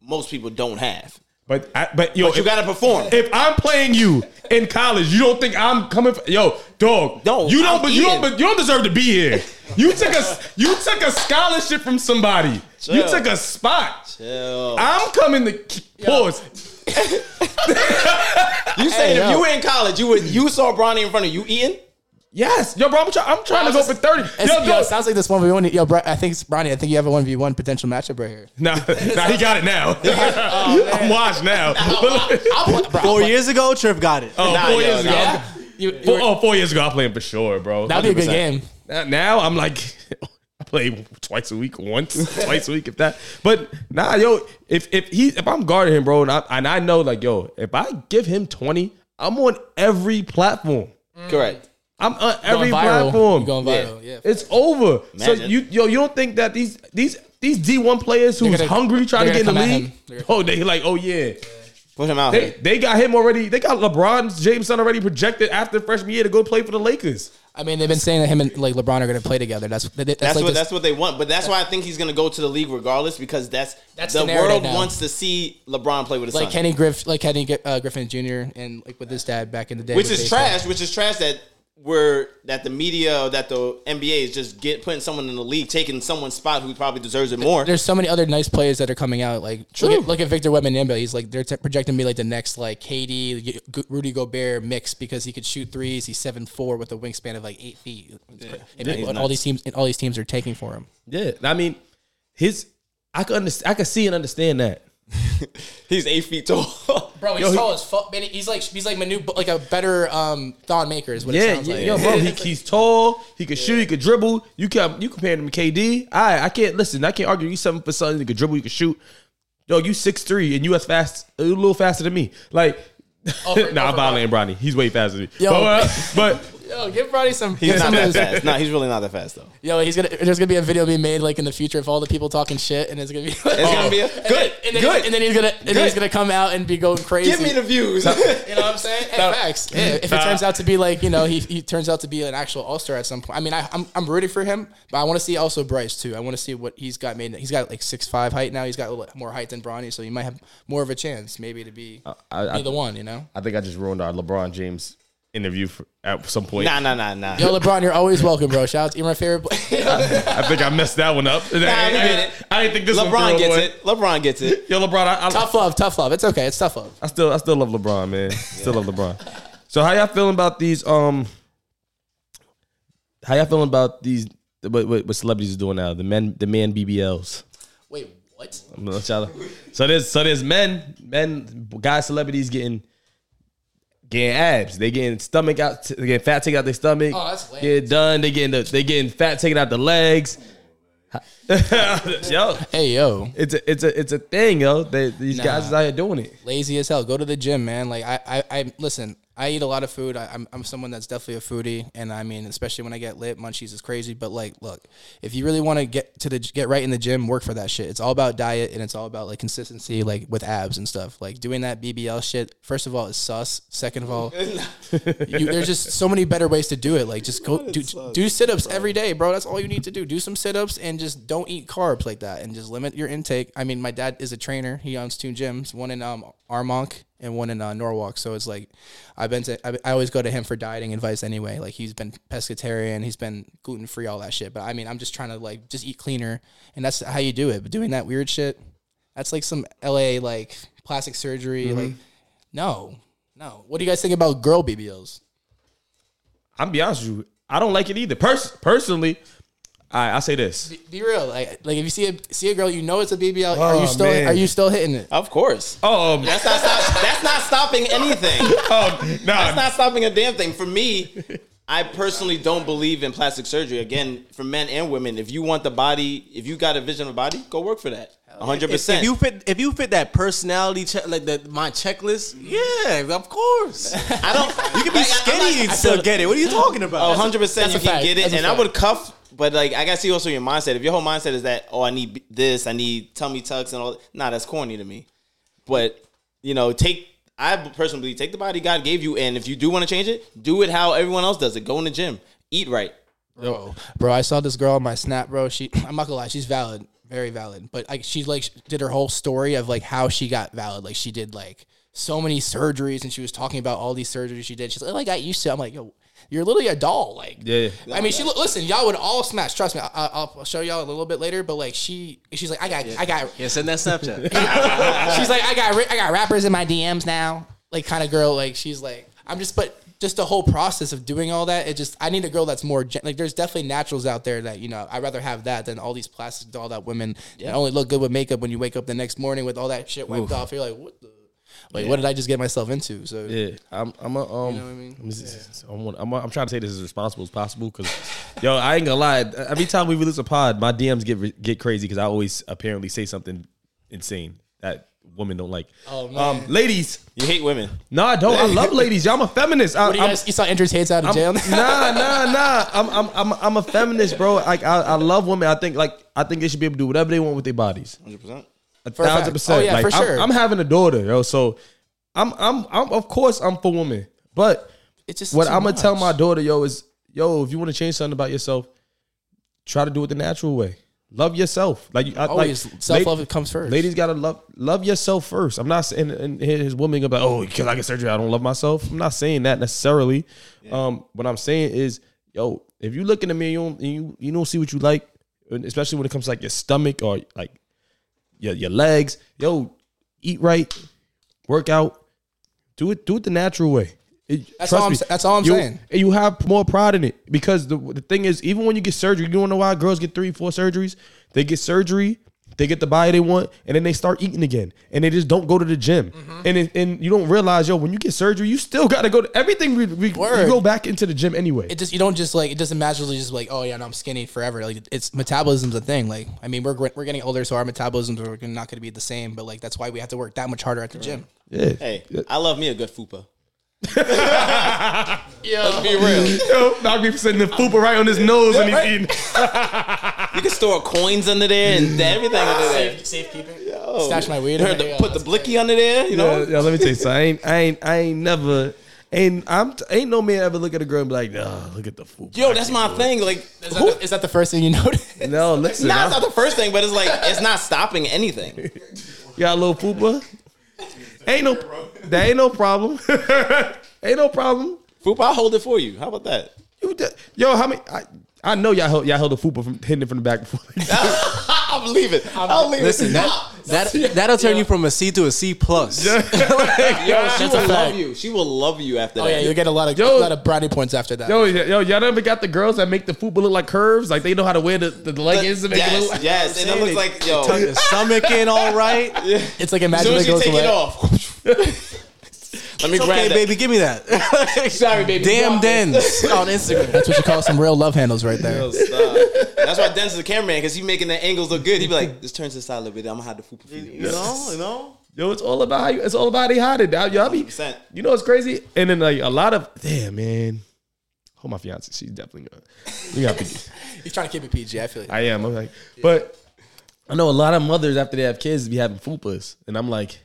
Most people don't have.
But I, but yo,
But you
if-
gotta perform.
If I'm playing you in college, you don't think I'm coming? For, yo, dog.
No,
you don't.
I'm
but you don't.
eating.
But you don't deserve to be here. You took a you took a scholarship from somebody. You
Chill.
took a spot.
Yo.
I'm coming to pause.
You saying
Hey,
if
yo.
you were in college, you would you saw Bronny in front of you you eating?
Yes, yo, bro, I'm, try- I'm trying to go
Wow,
for thirty.
It's-
Yo,
yo,
yo,
it sounds like this one v one. Yo, Bri- I think it's Bronny. I think you have a one v one potential matchup right here.
nah, nah, he got it now.
Oh,
I'm washed now.
Four years ago, Triff got it.
Oh,
Nah, yo,
four years ago.
nah.
I'm-
You,
oh, Four, oh, four years ago, I played him for sure, bro.
that'd be a good game.
Now, now I'm like, I play twice a week, once, twice a week, if that. But nah, yo, if if he if I'm guarding him, bro, and I and I know like yo, if I give him twenty, I'm on every platform.
Correct.
I'm on every
viral.
platform.
You going viral, yeah.
It's over. So
Imagine.
you yo, you don't think that these these these D1 players who's
gonna-
hungry trying to
they're
get in the
gonna come at
league,
him. They're
oh, they like, oh yeah.
Put him out
They,
here.
they got him already. They got LeBron James son already projected after freshman year to go play for the Lakers.
I mean, they've been saying that him and like LeBron are going to play together. That's that- that's,
That's
like
what
this-
that's what they want, but that's why I think he's going to go to the league regardless because that's,
That's
the,
the narrative
world
now.
wants to see LeBron play with his
like
son,
Kenny Griff, like Kenny Gri- uh, Griffin Jr. and like with his dad back in the day,
which
with
is
baseball.
trash. Which is trash that we're that the media that the NBA is just get putting someone in the league, taking someone's spot who probably deserves it more.
There's so many other nice players that are coming out. Like look at, look at Victor Wembanyama. He's like they're t- projecting me like the next like KD, G- G- Rudy Gobert mix because he could shoot threes. He's seven four with a wingspan of like eight feet. It's cra- and people- and all these teams, and all these teams are taking for him.
Yeah, I mean, his I could understand, I could see and understand that.
He's eight feet tall.
Bro, he's
Yo, he-
tall as fuck. Man, he's like he's like Manu, like a better um, Don Maker is what it
Yeah,
sounds
yeah,
like.
yo, bro, he, he's tall. He can shoot. He can dribble. You can you compare him to KD. I I can't listen. I can't argue. You seven for something. You can dribble. You can shoot. Yo, you six three and you as fast a little faster than me. Like,
for-
nah,
oh,
I'm
for-
violating Bronny. He's way faster than me.
Yo.
But, but
Yo, give Brody some.
He's not
some
that
of those-
fast. No, he's really not that fast though.
Yo, he's gonna. There's gonna be a video being made like in the future of all the people talking shit, and it's gonna be. It's
gonna be a- good,
And then,
good,
And then he's gonna. And then he's gonna come out and be going crazy.
Give me the views.
You know what I'm saying? Hey, facts. Yeah, if it turns out to be like you know he, he turns out to be an actual all star at some point. I mean I I'm, I'm rooting for him, but I want to see also Bryce too. I want to see what he's got made. He's got like six five height now. He's got a little more height than Bronny, so he might have more of a chance maybe to be
I- Uh, I-
be the one. You know.
I think I just ruined our LeBron James interview for, at some point.
nah, nah, nah, nah.
Yo, LeBron, you're always welcome, bro. Shout out to you're my favorite. player.
I think I messed that one up.
we
Nah,
did it.
I didn't think this one
LeBron
threw
gets
away.
it. LeBron gets it.
Yo, LeBron, I, I,
tough love, tough love. It's okay. It's tough love.
I still I still love LeBron, man. Still love LeBron. So how y'all feeling about these um how y'all feeling about these what, what, what celebrities are doing now? The men the man BBLs.
Wait, what?
I'm gonna let y'all- So there's so there's men, men guy celebrities getting getting abs. They getting stomach out they getting fat taken out their stomach.
Oh, that's lame.
Get done. They getting the, they getting fat taken out the legs. yo,
Hey yo,
it's a it's a it's a thing, yo. They, these guys is out here doing it.
lazy as hell. Go to the gym, man. Like I, I, I listen. I eat a lot of food. I, I'm, I'm someone that's definitely a foodie, and I mean, especially when I get lit, munchies is crazy. But like, look, if you really want to get to the get right in the gym, work for that shit. It's all about diet and it's all about like consistency, like with abs and stuff. Like doing that BBL shit. First of all, is sus. Second of all, you, there's just so many better ways to do it. Like just go do do sit ups every day, bro. That's all you need to do. Do some sit ups and just don't eat carbs like that, and just limit your intake. I mean, my dad is a trainer. He owns two gyms, one in um Armonk and one in uh, Norwalk. So it's like I've been to I, I always go to him for dieting advice anyway. Like he's been pescatarian, he's been gluten free, all that shit. But I mean, I'm just trying to like just eat cleaner, and that's how you do it. But doing that weird shit, that's like some LA like plastic surgery. Like no. No. What do you guys think about girl BBLs?
I'm be honest with you, I don't like it either. Pers- personally, I I say this.
Be real, like like if you see a see a girl, you know it's a BBL. are
Oh,
you still
man.
are you still hitting it?
Of course.
Oh, um,
That's not stop, that's not stopping anything.
oh
That's
nah.
not stopping a damn thing. For me, I personally don't believe in plastic surgery. Again, for men and women, if you want the body, if you got a vision of a body, go work for that. 100%.
If, if you fit, if you fit that personality check, like the, my checklist, yeah, of course.
I don't. You
You can be skinny and still get it. What are you talking about?
Oh, hundred percent,
That's
you
a
can
fact.
get it,
That's a
and I
fact.
would cuff. But like, I gotta see also your mindset. If your whole mindset is that, oh, I need b- this, I need tummy tucks, and all, nah, that's corny to me. But you know, take. I personally take the body God gave you, and if you do want to change it, do it how everyone else does it. Go in the gym, eat right.
Bro, bro, I saw this girl on my snap, bro. She, I'm not gonna lie, she's valid, very valid. But like, she like did her whole story of like how she got valid. Like, she did like so many surgeries, and she was talking about all these surgeries she did. She's like, "Oh, I got used to. it." I'm like, yo, you're literally a doll. Like,
Yeah.
I mean, she look. Listen, y'all would all smash. Trust me. I, I- I'll show y'all a little bit later. But like, she, she's like, I got, I got,
Yeah, send that Snapchat.
she's like, I got ri- I got rappers in my DMs now, like kind of girl. Like she's like, I'm just, but just the whole process of doing all that. It just, I need a girl that's more gen- like. There's definitely naturals out there that you know. I'd rather have that than all these plastic dolled out women that only look good with makeup when you wake up the next morning with all that shit wiped off. You're like, what the. like what did I just get myself into? So
Yeah, I'm. I'm a. Um,
what I mean?
I'm, s- I'm, one- I'm, a- I'm trying to say this as responsible as possible because, yo, I ain't gonna lie. Every time we release a pod, my DMs get re- get crazy because I always apparently say something insane that women don't like.
Oh, man.
Um, ladies,
You hate women.
no, I don't. I love ladies. Y'all, I'm a feminist. I,
What do you
I'm-
guys? You saw Andrew's hates out of jail.
I'm- nah, nah, nah. I'm, I'm, I'm, I'm a feminist, bro. Like, I, I love women. I think, like, I think they should be able to do whatever they want with their bodies.
100%.
a
A thousand
fact.
percent.
Oh, yeah,
like,
for
I'm-
sure.
I'm, having a daughter, yo. So, I'm, I'm, I'm. Of course, I'm for women. But
It's just
what
too
I'm gonna tell
much.
my daughter, yo, is, yo, if you want to change something about yourself, try to do it the natural way. Love yourself, like you- I,
always
like,
self love
la-
comes first.
Ladies gotta love love yourself first. I'm not saying and here- his woman gonna be like, oh, because I get surgery, I don't love myself. I'm not saying that necessarily. Um, what I'm saying is, yo, if you look in the mirror, you don't you, you don't see what you like, and especially when it comes to like your stomach or like your your legs. Yo, eat right, work out, do it do it the natural way. It-
That's
trust
all I'm
me,
sa- that's all I'm
you-
saying.
and you have more pride in it because the the thing is, even when you get surgery, you don't know why girls get three, four surgeries. They get surgery, they get the body they want, and then they start eating again, and they just don't go to the gym. And it, and you don't realize, yo, when you get surgery, you still got to go to everything. We, we, you
Word.
go back into the gym anyway.
it just you don't just like it doesn't magically just like oh yeah no, I'm skinny forever like it's metabolism's a thing like I mean we're gr- we're getting older so our metabolisms are not going to be the same but like that's why we have to work that much harder at the gym.
yeah.
Hey, I love me a good fupa.
Yeah,
Be real.
Yo, Malcolm be sitting the fupa right on his nose when he's eating.
You can store coins under there and everything under there.
safekeeping.
Yo.
Stash my weed.
You heard Oh.
in there.
the-
Yeah,
put the
that's
blicky under there, you know?
Yeah, yeah, let me tell you something. I ain't, I ain't, I ain't never, ain't, I'm, t- ain't no man ever look at a girl and be like, nah, look at the fupa.
Yo, that's my thing. Like,
Is that, the, is that the first thing you notice?
No, listen,
nah,
I-
it's not the first thing, but it's like, it's not stopping anything.
You got a little fupa? ain't no, that ain't no problem. ain't no problem.
Fupa, I'll hold it for you. How about that?
You, de- yo, how many? I, I know y'all held, y'all held a fupa from hitting it from the back before.
I'm leaving. I'll leave
Listen,
it.
that that that'll turn you from a C to a C plus.
Yo, she
That's a
will love
fact.
you. She will love you after
Oh
that.
yeah, you'll get a lot of
Yo.
a lot of brownie points after that.
yo, yo, y'all never got the girls that make the fupa look like curves, like they know how to wear the, the leggings to make it look
yes,
like.
yes, and it looks like yo.
Tuck your stomach in all right.
It's like
As
imagine
soon
it
as you
goes
take it
away.
off, let me
It's
grab
okay,
that.
baby, give me that.
Sorry, baby.
Damn dens on Instagram.
That's what you call some real love handles right there.
That's why Dennis is a cameraman because he's making the angles look good. He'd be like, "This turns to the side a little bit. I'm gonna hide the fupa for you."
You know, you know.
Yo, it's all about how you. It's all about how they hide it. Y'all, y'all be,
100%.
you know, it's crazy. And then like a lot of damn man. Hold my fiance. She's definitely gonna. We got to.
He's trying to keep it PG. I feel like
I am. I'm like, but I know a lot of mothers after they have kids be having fupas, and I'm like,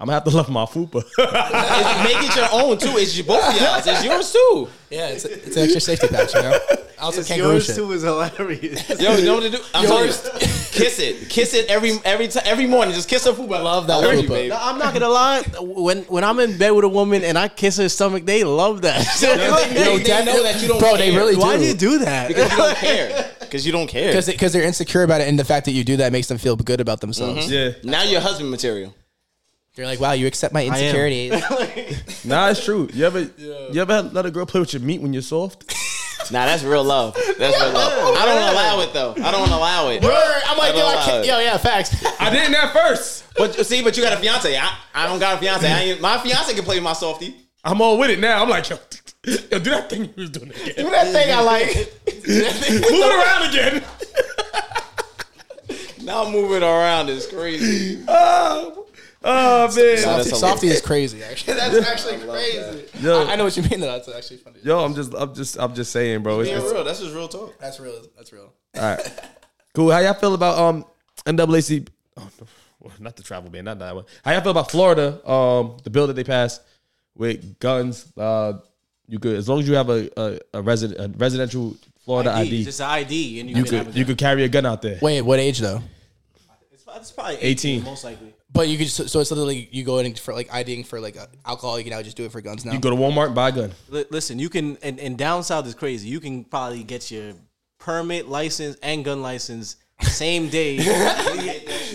I'm gonna have to love my fupa.
It's- make it your own too. It's your, both of y'all. It's yours too.
yeah, it's, it's an extra safety patch. You know, I also kangaroo
Yours
shit.
too is hilarious.
Yo, you know what to do? I'm telling you, kiss it, kiss it every every time every morning. Just kiss the fupa.
Love that
I love you,
fupa.
babe.
No, I'm not gonna lie. When when I'm in bed with a woman and I kiss her stomach, they love that.
They- they know that you don't.
Bro, they
care.
really
Why
do.
do you do that?
because you don't care because you don't care.
Because because they're insecure about it, and the fact that you do that makes them feel good about themselves.
yeah,
now you're husband material.
They're like, wow, you accept my
am.
insecurities.
nah, it's true. You ever, you ever had- let a girl play with your meat when you're soft?
Nah, that's real love. That's real love. I don't allow it though. I don't allow it.
I'm
I
like, yo,
don't
I
allow
can't,
it.
yo, yeah, facts.
I didn't at first.
But you- see, but you got a fiance. I, I don't got a fiance. I ain't, my fiance can play my softie.
I'm all with it now. I'm like, yo, yo do that thing you was doing again.
Do that thing I like.
Move it around again.
now moving around is crazy.
Oh, oh man.
that's
Softy,
hilarious.
softy is crazy. Actually, that's actually crazy.
Yo.
I, I know what you mean. Though. That's actually funny.
Yo, I'm just, I'm just, I'm just saying, bro. It's,
Being
it's,
real, that's just real talk.
That's real. That's real.
cool. How y'all feel about um NAACP? Oh, no. Well, not the travel ban, not that one. How y'all feel about Florida? Um, the bill that they passed with guns. Uh, you could as long as you have a a, a resident a residential Florida ID,
Just an ID, and you,
you
can have
could
it.
you could carry a gun out there.
Wait, what age though?
It's, it's probably
18.
most likely.
But you could just, so it's literally you go in for like IDing for like uh, alcohol. You can now just do it for guns now.
You go to Walmart and buy a gun.
Li- listen, you can, and, and down south is crazy. You can probably get your permit, license, and gun license same day,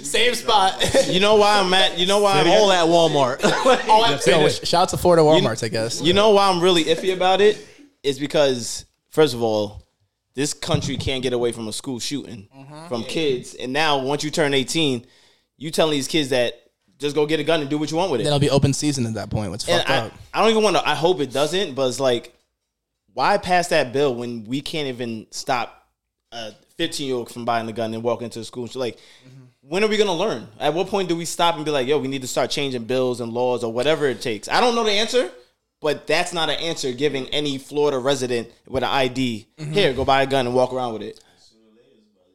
Same spot.
You know why I'm at? You know why I'm
all
all
at Walmart.
All I'm saying is shout out to Florida Walmarts, I guess.
You know why I'm really iffy about it is because first of all, this country can't get away from a
Mm-hmm.
school shooting from kids, and now once you turn 18, you telling these kids that just go get a gun and do what you want with it.
Then it'll be open season at that point. What's
And
fucked
I,
up?
I don't even want to. I hope it doesn't. But it's like, why pass that bill when we can't even stop a 15 year old from buying a gun and walking into the school? So like,
Mm-hmm.
when are we gonna learn? At what point do we stop and be like, yo, we need to start changing bills and laws or whatever it takes? I don't know the answer, but that's not an answer giving any Florida resident with an ID
Mm-hmm.
here go buy a gun and walk around with it. Yeah,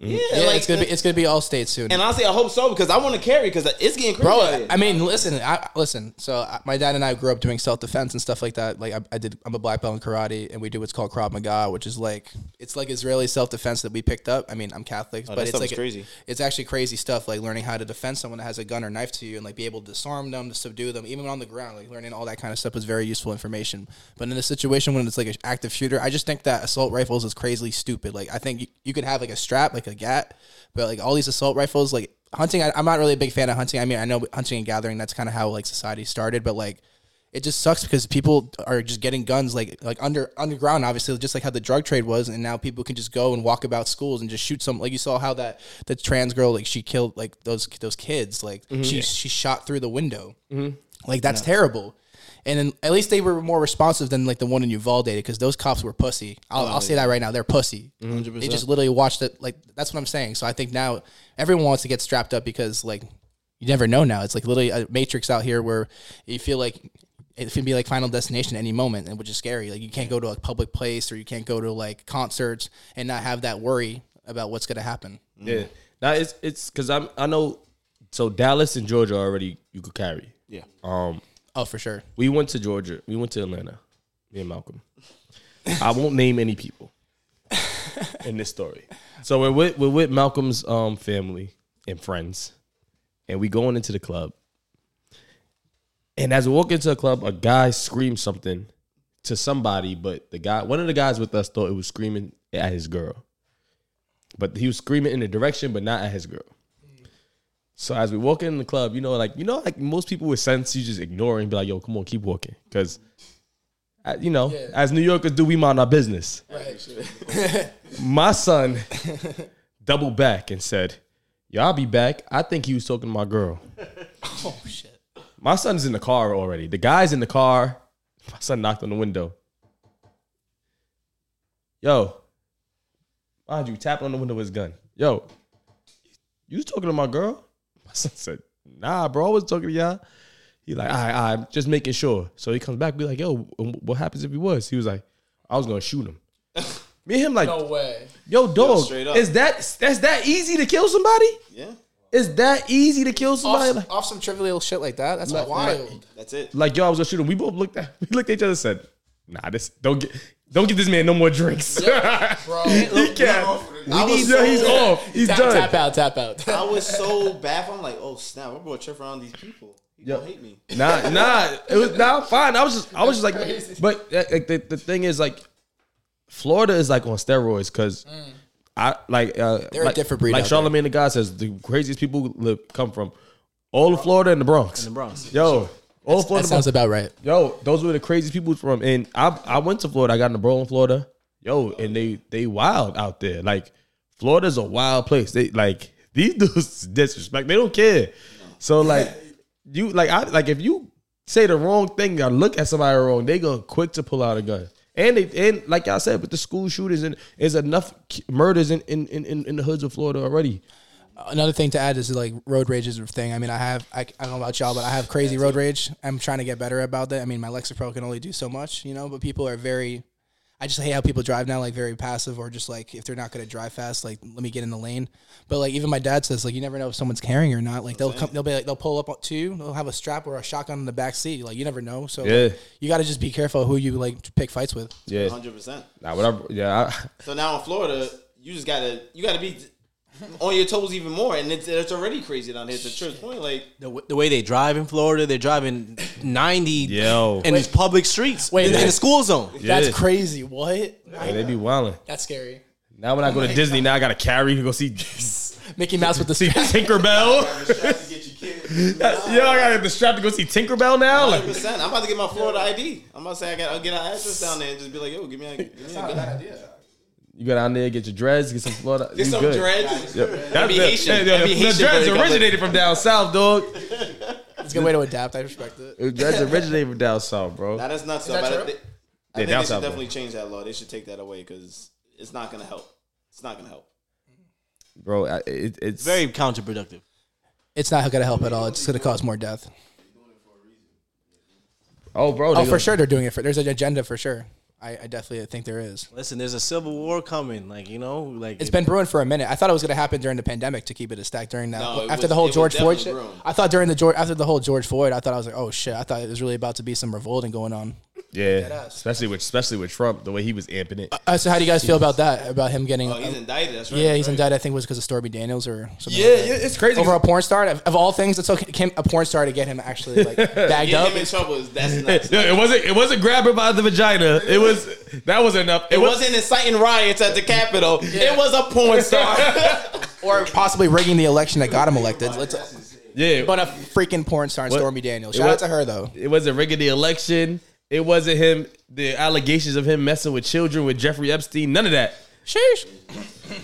Mm-hmm. Yeah,
like,
it's gonna be it's gonna be all states soon.
and honestly, I hope so because I want to carry because it's getting crazy. out
Bro,
here.
I mean, listen, I, listen. So I, my dad and I grew up doing self defense and stuff like that. Like I, I did, I'm a black belt in karate, and we do what's called Krav Maga, which is like it's like Israeli self defense that we picked up. I mean, I'm Catholic, but it's
Oh, stuff
like
is crazy.
It's actually crazy stuff, like learning how to defend someone that has a gun or knife to you, and like be able to disarm them, to subdue them, even on the ground. Like learning all that kind of stuff is very useful information. But in a situation when it's like an active shooter, I just think that assault rifles is crazily stupid. Like I think you, you could have like a strap, like a gat, but like all these assault rifles, like hunting I, i'm not really a big fan of hunting i mean i know hunting and gathering that's kind of how like society started but like it just sucks because people are just getting guns like like under underground obviously just like how the drug trade was and now people can just go and walk about schools and just shoot some like you saw how that the trans girl like she killed like those those kids like she she shot through the window like that's terrible and then, at least they were more responsive than like the one in Uvalde because those cops were pussy. I'll, I'll say that right now, they're pussy. They just literally watched it. Like that's what I'm saying. So I think now everyone wants to get strapped up because like you never know. Now it's like literally a matrix out here where you feel like it could be like Final Destination any moment, and which is scary. Like you can't go to a public place or you can't go to like concerts and not have that worry about what's gonna happen.
Yeah. Now it's it's because I'm I know so Dallas and Georgia already you could carry.
yeah.
Um,
Oh, for sure.
we went to Georgia. We went to Atlanta. Me and Malcolm. I won't name any people in this story. So we're with we're with Malcolm's um family and friends, and we going into the club. And as we walk into a club, a guy screams something to somebody, but the guy, one of the guys with us, thought it was screaming at his girl. But he was screaming in the direction, but not at his girl. So as we walk in the club, you know, like you know, like most people would sense you just ignore and be like, "Yo, come on, keep walking," because, you know, as New Yorkers do, we mind our business. my son doubled back and said, "Yo, I'll be back." I think he was talking to my girl. oh shit! My son's in the car already. The guy's in the car. My son knocked on the window. Yo, mind you, tapping on the window with his gun. Yo, you was talking to my girl? My son said, nah, bro, I was talking to y'all. He like, all right, all right, just making sure. So he comes back, be like, yo, wh- what happens if he was? He was like, I was gonna shoot him. Me and him like,
way.
yo, dog,
straight up.
is that that's that easy to kill somebody?
Yeah.
Is that easy to kill somebody?
Off,
like,
off some trivial shit like that. That's wild.
That's it.
like, yo, I was gonna shoot him. We both looked at we looked at each other and said, nah, this don't get don't give this man no more drinks.
Bro,
he can't.
I was
Yo, he's off. He's
tap,
done.
tap out, tap out.
I was so baffled. I'm like, oh snap! I brought trip around these people. People
Yo.
hate me.
Nah, nah. It was nah. Fine. I was just, I was just like, but uh, like the, the thing is like, Florida is like on steroids because I like uh,
Mm. They're a
like-
different breed
Like
out there.
Charlemagne the God says, the craziest people live, come from all of Florida and the Bronx.
the Bronx.
Yo, all of
That
Florida.
sounds
Bronx.
about right.
Yo, those were the craziest people from. And I, I went to Florida. I got in the bro in Florida. Yo, and they, they wild out there. Like Florida's a wild place. They like these dudes disrespect. They don't care. So like. you like I like if you say the wrong thing or look at somebody wrong, they gonna quick to pull out a gun. And they and like I said, with the school shooters and is enough ki- murders in in, in in in the hoods of Florida already.
Another thing to add is like road rage is a thing. I mean, I have I, I don't know about y'all, but I have crazy road rage. I'm trying to get better about that. I mean, my Lexapro can only do so much, you know. But people are very. I just hate how people drive now, like very passive, or just like if they're not going to drive fast, like let me get in the lane. But like even my dad says, like you never know if someone's carrying or not. Like they'll come, they'll be like they'll pull up to you, they'll have a strap or a shotgun in the back seat. Like you never know, so like,
Yeah.
you got to just be careful who you like pick fights with.
Yeah,
100. percent
nah, what I, yeah, I,
So now in Florida, you just gotta you gotta be on your toes even more, and it's, it's already crazy down here. To Trip's point, like
The, w- the way they drive in Florida, they're driving 90
Yo.
in these public streets
Wait,
in, in
yeah.
the school zone.
Yeah.
That's crazy. What?
man, they be wilding.
That's scary.
Now when I go to Disney, now I gotta carry to go see
Mickey Mouse with the
see
strap.
Tinkerbell.
Yo,
That's- Yo, I gotta get the strap to go see Tinkerbell now. Like,
100%. I'm about to get my Florida ID. I'm about to say I gotta get an address down there and just be like, yo, give me a, give me a gun.
You get out there, get your dreads, get some Florida.
Get
you
some
good.
dreads.
Yep. That's
be
the-
Haitian.
yeah,
That'd be
the
Haitian,
dreads
but it got
originated from down south, dog.
It's a good way to adapt. I respect it.
The dreads originated from down south, bro.
Now that's not so.
that
but I
true?
thi- I
Yeah,
think
down
they should
south,
definitely change that law. They should take that away because it's not gonna help. It's not gonna help.
bro. I- It, it's
Very counterproductive.
It's not going to help at all. It's going to cause more death.
Oh, bro. they
Oh,
gonna-
for sure they're doing it. For there's an agenda for sure. I, I definitely think there is.
Listen, there's a civil war coming. Like you know, like
It's been brewing for a minute. I thought it was going to happen during the pandemic to keep it a stack during that.
No, it was-
after the
it
whole
was
George Floyd shit,
definitely brewing.
I thought during the George after the whole George Floyd, I thought I was like, oh shit, I thought it was really about to be some revolting going on.
Yeah, especially with especially with Trump, the way he was amping it.
Uh, so how do you guys feel about that? About him getting?
Oh, he's indicted. That's right.
yeah, he's
right.
indicted. I think it was because of Stormy Daniels or something.
Yeah,
like
yeah,
that.
it's crazy.
Over a porn star, of, of all things, it's okay. Came a porn star to get him actually like bagged
Get
up.
him in trouble. is- That's nuts.
Yeah, it wasn't it wasn't grabbing by the vagina. It was that was enough. It,
It
was
wasn't inciting riots at the Capitol. It was a porn star.
or possibly rigging the election that got him elected. Let's,
yeah.
but a freaking porn star, Stormy Daniels.
it
Shout out
was-
to her though.
It wasn't rigging the election. It wasn't him. The allegations of him messing with children with Jeffrey Epstein. None of that.
Sheesh.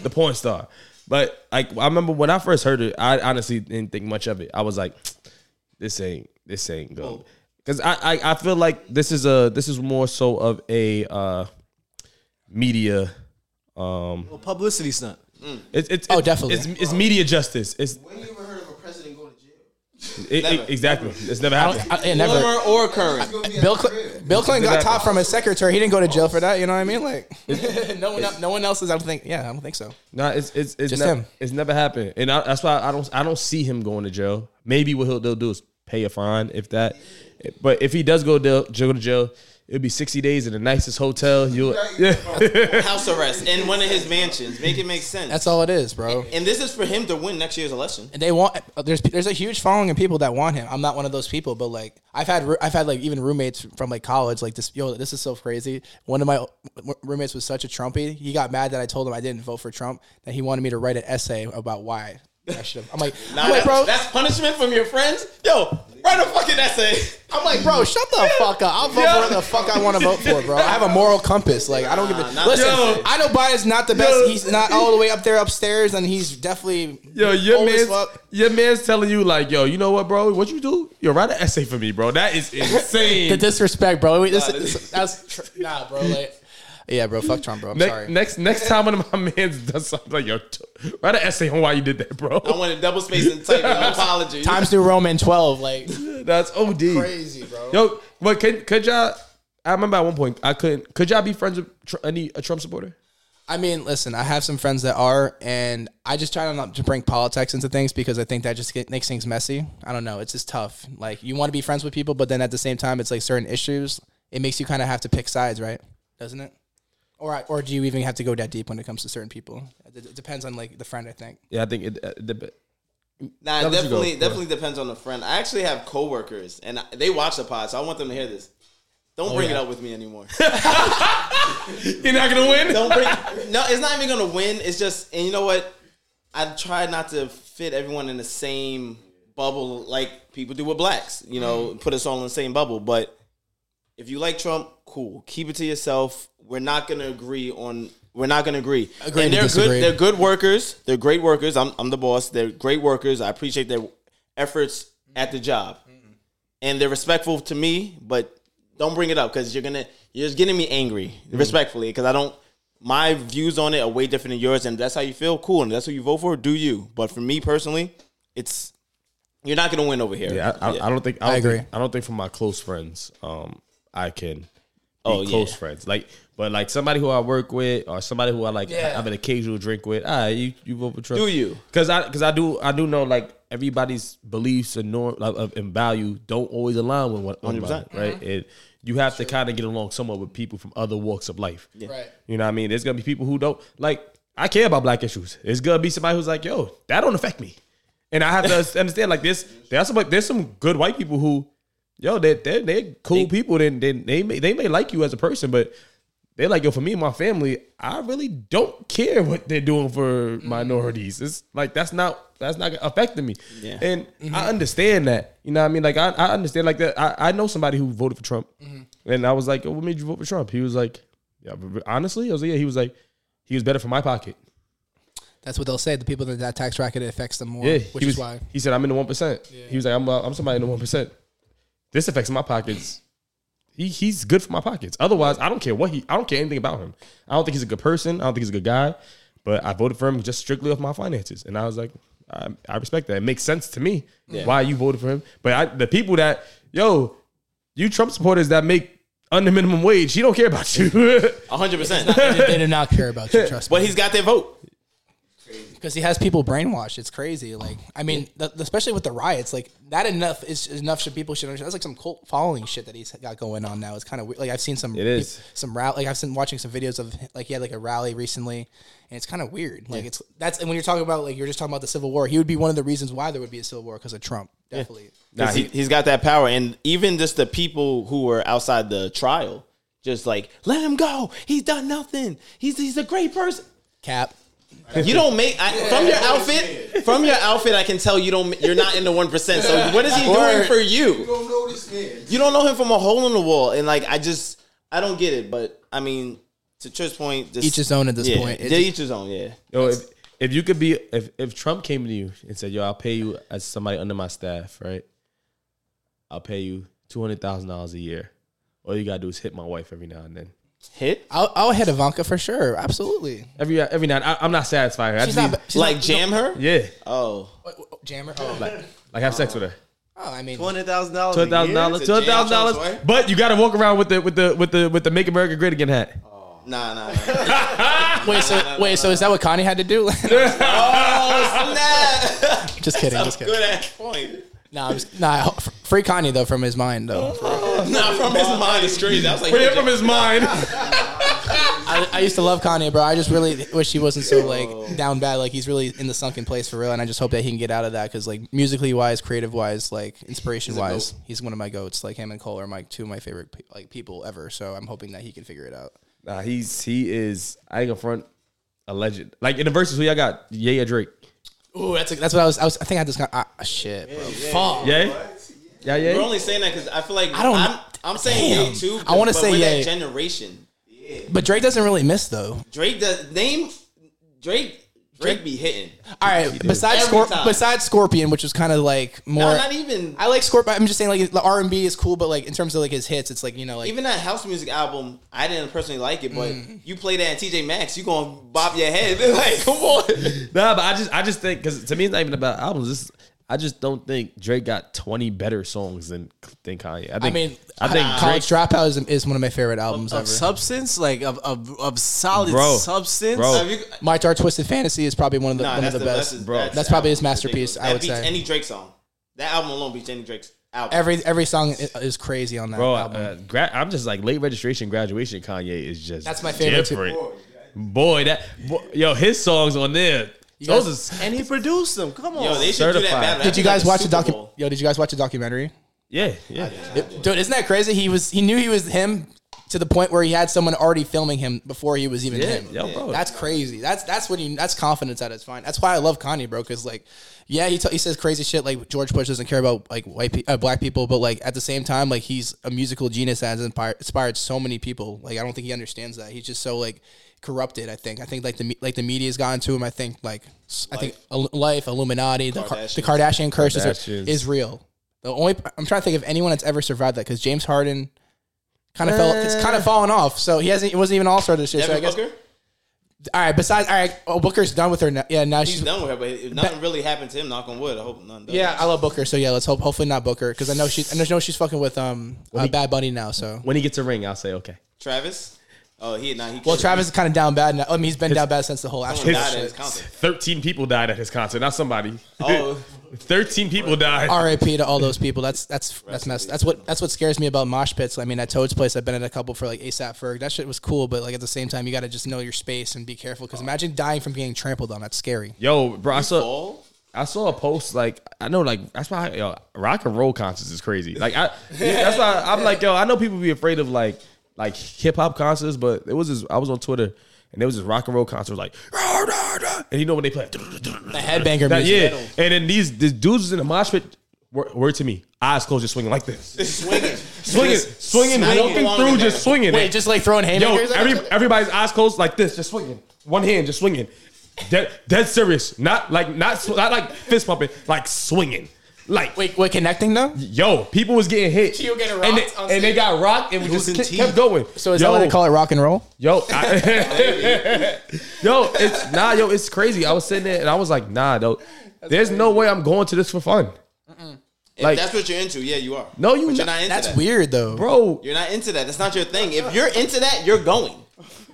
The porn star. But like I remember when I first heard it, I honestly didn't think much of it. I was like, this ain't this ain't good. Because I, I I feel like this is a this is more so of a uh media um
a publicity stunt.
it's it's
Oh,
it's-
definitely.
it's, it's media justice it's
When you ever heard of a president going to jail?
It, it- exactly. It's never happened.
I, yeah, never.
Former or current.
Go be a
Bill,
crib.
Cl- Bill Clinton got
Exactly.
top from his secretary. He didn't go to jail for that. You know what I mean? Like, no one, el- no one else is. I don't think. Yeah, I don't think so.
no, it's it's it's,
Just
nev-
him.
it's never happened, and I, that's why I don't I don't see him going to jail. Maybe what he'll, they'll do is pay a fine if that, but if he does go to jail, go to jail, it'll be sixty days in the nicest hotel. You yeah,
House arrest in one of his mansions. Make it make sense.
That's all it is, bro.
and this is for him to win next year's election.
And they want there's there's a huge following of people that want him. I'm not one of those people, but like I've had roo- I've had like even roommates from like college like this. Yo, this is so crazy. One of my w- roommates was such a Trumpy. He got mad that I told him I didn't vote for Trump. That he wanted me to write an essay about why I should have. I'm like,
Nah,
I'm like,
that's,
bro.
that's punishment from your friends. Yo, write a fucking essay.
I'm like, bro, shut the fuck up. I'll vote for whatever the fuck I want to vote for, bro. I have a moral compass. Like, I don't give
Nah,
a
not
listen.
yo.
I know Biden's not the best. He's not all the way up there upstairs, and he's definitely
yo, your
old as
man's
fuck.
your man's telling you like, yo, you know what, bro? What you do? Yo, write an essay for me, bro. That is
The
insane.
disrespect, bro. We- this-
Nah, this-
this- that's tr- nah, bro. Like, yeah, bro. Fuck Trump, bro. I'm
Ne-
sorry.
next next time one of my man's does something like, yo, t- write an essay on why you did that, bro.
I want to double space and type an apology.
Times New Roman twelve, like
That's od.
crazy, bro.
Yo, but could could y'all? I remember at one point I couldn't. Could y'all be friends with tr- any a Trump supporter?
I mean, listen, I have some friends that are, and I just try not to bring politics into things because I think that just get, makes things messy. I don't know. It's just tough. Like, you want to be friends with people, but then at the same time, it's like certain issues. It makes you kind of have to pick sides, right? Doesn't it? Or, or do you even have to go that deep when it comes to certain people? It, it depends on like the friend, I think.
Yeah, I think it. Uh, the,
Nah,
That was your
definitely,
goal.
definitely depends on the friend. I actually have coworkers, and I- they watch the pod, so I want them to hear this. Don't bring it up with me anymore.
Oh, you're not gonna win.
Don't bring. no, it's not even gonna win. It's just, and you know what? I try not to fit everyone in the same bubble like people do with blacks. You know,
Mm.
put us all in the same bubble. But if you like Trump, cool. Keep it to yourself. We're not gonna agree on. We're not gonna agree.
Agree
and
to
they're
disagree.
good. They're good workers. They're great workers. I'm, I'm the boss. They're great workers. I appreciate their efforts at the job, and they're respectful to me. But don't bring it up because you're gonna you're just getting me angry. Respectfully, because I don't. My views on it are way different than yours, and that's how you feel. Cool, and that's what you vote for. Do you? But for me personally, it's you're not gonna win over here.
Yeah, I, I, I don't think. I, don't
I agree.
Think, I don't think from my close friends, um, I can. Be
Oh, yeah.
close friends. Like, but like somebody who I work with, or somebody who I like
Yeah.
have an occasional drink with. Ah, you you vote for Trump?
Do you?
Because I because I do I do know like everybody's beliefs and norm like, of- and value don't always align with one another,
100%.
right? And you have to kind of get along somewhat with people from other walks of life.
Right.
You know what I mean? There's gonna be people who don't like. I care about black issues. It's gonna be somebody who's like, "Yo, that don't affect me," and I have to understand like this. There's some there's some good white people who, yo, they they they're cool people. Then then they may they may like you as a person, but they're like, "Yo, for me and my family, I really don't care what they're doing for minorities." It's like that's not that's not affecting me.
Yeah.
And I understand that. You know what I mean? Like I, I understand like that. I, I know somebody who voted for Trump. And I was like, oh, what made you vote for Trump? He was like, yeah, but honestly, I was like, yeah. He was like, he was better for my pocket.
That's what they'll say. The people in that tax bracket it affects them more,
Yeah,
which
he
is
was,
why.
he said I'm in the one percent. He was like I'm uh, I'm somebody in the one percent. This affects my pockets. He he's good for my pockets. Otherwise, I don't care what he. I don't care anything about him. I don't think he's a good person. I don't think he's a good guy. But I voted for him just strictly off my finances, and I was like, I, I respect that. It makes sense to me why you voted for him. But I, the people that yo, you Trump supporters that make under minimum wage, he don't care about you.
hundred percent.
they do not care about you, trust me.
But he's got their vote.
because he has people brainwashed. It's crazy. Like, I mean, the, especially with the riots, like that enough is is enough. Should people should understand? That's like some cult following shit that he's got going on now. It's kind of weird. Like I've seen some,
It is.
some route. Like I've been watching some videos of like he had like a rally recently, and it's kind of weird. Like it's that's and when you're talking about like you're just talking about the Civil War, he would be one of the reasons why there would be a Civil War because of Trump, definitely.
Nah, he, he's got that power, and even just the people who were outside the trial, just like let him go. He's done nothing. He's he's a great person.
Cap.
You don't make I, from your outfit. From your outfit, I can tell you don't. You're not in the one percent. So what is he doing for
You
you?
don't know this man.
You don't know him from a hole in the wall, and like I just I don't get it. But I mean, to Trish's point, just,
Each his own at this
yeah,
point. It-
yeah, each his own. Yeah,
Yo, if, if you could be, if, if Trump came to you and said, "Yo, I'll pay you as somebody under my staff, right? I'll pay you two hundred thousand dollars a year. All you gotta do is hit my wife every now and then.
hit
I'll, I'll hit Ivanka for sure. Absolutely.
Every every now, and I, I'm not satisfied. I
She's
just
not
need-
she's
like
not-
jam her.
yeah,
Oh,
oh, jammer. Oh,
like have sex with her.
oh, I mean,
Hundred thousand dollars.
Two thousand dollars,
to
two thousand
jail,
dollars.
Trump's
But you gotta walk around with the with the with the with the Make America Great Again hat.
Oh, nah, nah. nah.
wait, so wait, so is that what Connie had to do?
oh snap!
just kidding. Just kidding.
Good ass point.
No, I'm just, nah, ho- f- free Kanye though from his mind though.
Not from his mind. It's crazy. I was like,
Put it from his mind.
I, I used to love Kanye, bro. I just really wish he wasn't so like down bad. Like he's really in the sunken place for real, and I just hope that he can get out of that because like musically wise, creative wise, like inspiration wise, he's one of my goats. Like him and Cole are my two of my favorite pe- like people ever. So I'm hoping that he can figure it out.
Nah, he's he is. I ain't gonna front a legend. Like in the verses, who y'all got? Yeah, Drake.
Ooh, that's that's what I was. I, was, I think I just got ah, shit, bro. Fuck.
Yeah, yeah, yeah.
We're only saying that because I feel like I
don't-
I'm, I'm saying
Damn.
yay too.
I wanna
but
say
we're
yay.
That generation.
But Drake doesn't really miss though.
Drake does name Drake. Drake be hitting.
All right, besides
Every
Scor-
time.
besides Scorpion, which was kind of like more.
No, not even.
I like Scorpion. I'm just saying, like the R and B is cool, but like in terms of like his hits, it's like you know, like
Even that house music album, I didn't personally like it, but
Mm.
you play that in TJ Maxx, you gonna bop your head. like, come on.
Nah, but I just I just think because to me it's not even about albums. This is- I just don't think Drake got twenty better songs than than Kanye. I, think,
I mean, uh,
I think Drake,
College Dropout is, is one of my favorite albums
of
ever.
substance, like of of, of solid
Bro.
substance.
Bro.
Have you-
My Dark Twisted Fantasy is probably one of the
nah,
one
that's
of the,
the
best.
That's,
Bro.
That's probably his
album.
masterpiece,
Ridiculous.
I would
that beats
say.
any Drake song. That album alone beats any Drake's album.
every every song i- is crazy on that
bro,
album.
uh, gra- I'm just like late registration, graduation. Kanye is just
That's my favorite too.
different. Boy, that boy, yo, his songs on there. Those
guys-
is
And he produced them. Come on.
Yo, they should do that
Certified.
battle.
did you guys watch the docu-
document?
Yo, did you guys watch the documentary?
yeah, yeah.
Dude, isn't that crazy? He was he knew he was him to the point where he had someone already filming him before he was even him.
yo, bro.
That's crazy. That's that's when you that's confidence at its fine. That's why I love Kanye, bro. Because like, yeah, he t- he says crazy shit like George Bush doesn't care about like white pe- uh, black people, but like at the same time, like he's a musical genius that has inspired, inspired so many people. Like I don't think he understands that. He's just so like corrupted. I think. I think like the me- like the media's gotten to him. I think like s- I think Ill- life Illuminati, the, Car- the Kardashian curse is,
Kardashians.
is real. The only I'm trying to think of anyone that's ever survived that because James Harden. Kind of fell. It's kind of fallen off. So he hasn't. It wasn't even all star this year. So I
Devin
guess
Booker?
all right. Besides, all right. Oh, Booker's done with her. Now. Yeah, now
He's
she's.
done with her, but if nothing really happened to him, knock on wood. I hope none does.
Yeah, I love Booker. So yeah, let's hope. Hopefully not Booker because I know she's. I know she's fucking with um uh, Bad Bunny now. So
When he gets a ring, I'll say okay.
Travis? Oh, he nah, he
well, Travis is kind of down bad now. I mean, he's been down bad since the whole
died
astronaut
at his
shit.
concert.
Thirteen people died at his concert. Not somebody.
Oh.
Thirteen people died.
R.I.P. to all those people. That's that's that's messed. That's what that's what scares me about mosh pits. I mean, at Toad's place, I've been at a couple for like ASAP Ferg. That shit was cool, but like at the same time, you got to just know your space and be careful
Oh.
because imagine dying from getting trampled on. That's scary.
Yo, bro, I saw.
Ball?
I saw a post like I know like that's why yo, rock and roll concerts is crazy. Like I that's why I'm like yo I know people be afraid of like like hip hop concerts, but it was this, I was on Twitter and there was this rock and roll concert like "Rah, rah, rah," and you know when they play
Headbanger
that
music.
yeah and then these these dudes was in the mosh pit Word, word to me. Eyes closed, just swinging like this.
Swinging.
Swinging, swinging,
sniping
walking
along
through,
the
just
net.
swinging.
Wait,
it.
just like throwing
Yo,
haymakers. at
every,
each other?
everybody's eyes closed like this, just swinging. One hand, just swinging. Dead, dead serious. Not like not sw- not like fist pumping, like swinging. Like
wait, wait, connecting though.
yo, people was getting hit.
You were getting
and
rocked on
they, and they
stage.
got rocked, and we
Losing
just kept,
teeth.
kept going.
So is
yo,
that why they call it rock and roll?
Yo, I- yo, it's nah, yo, it's crazy. I was sitting there and I was like, nah, though, there's no way I'm going to this for fun, Like-
if that's what you're into, yeah, you are.
No, you
But
not-
you're not into
That's
that.
weird though.
bro.
You're not into that. That's not your thing. If you're into that, you're going.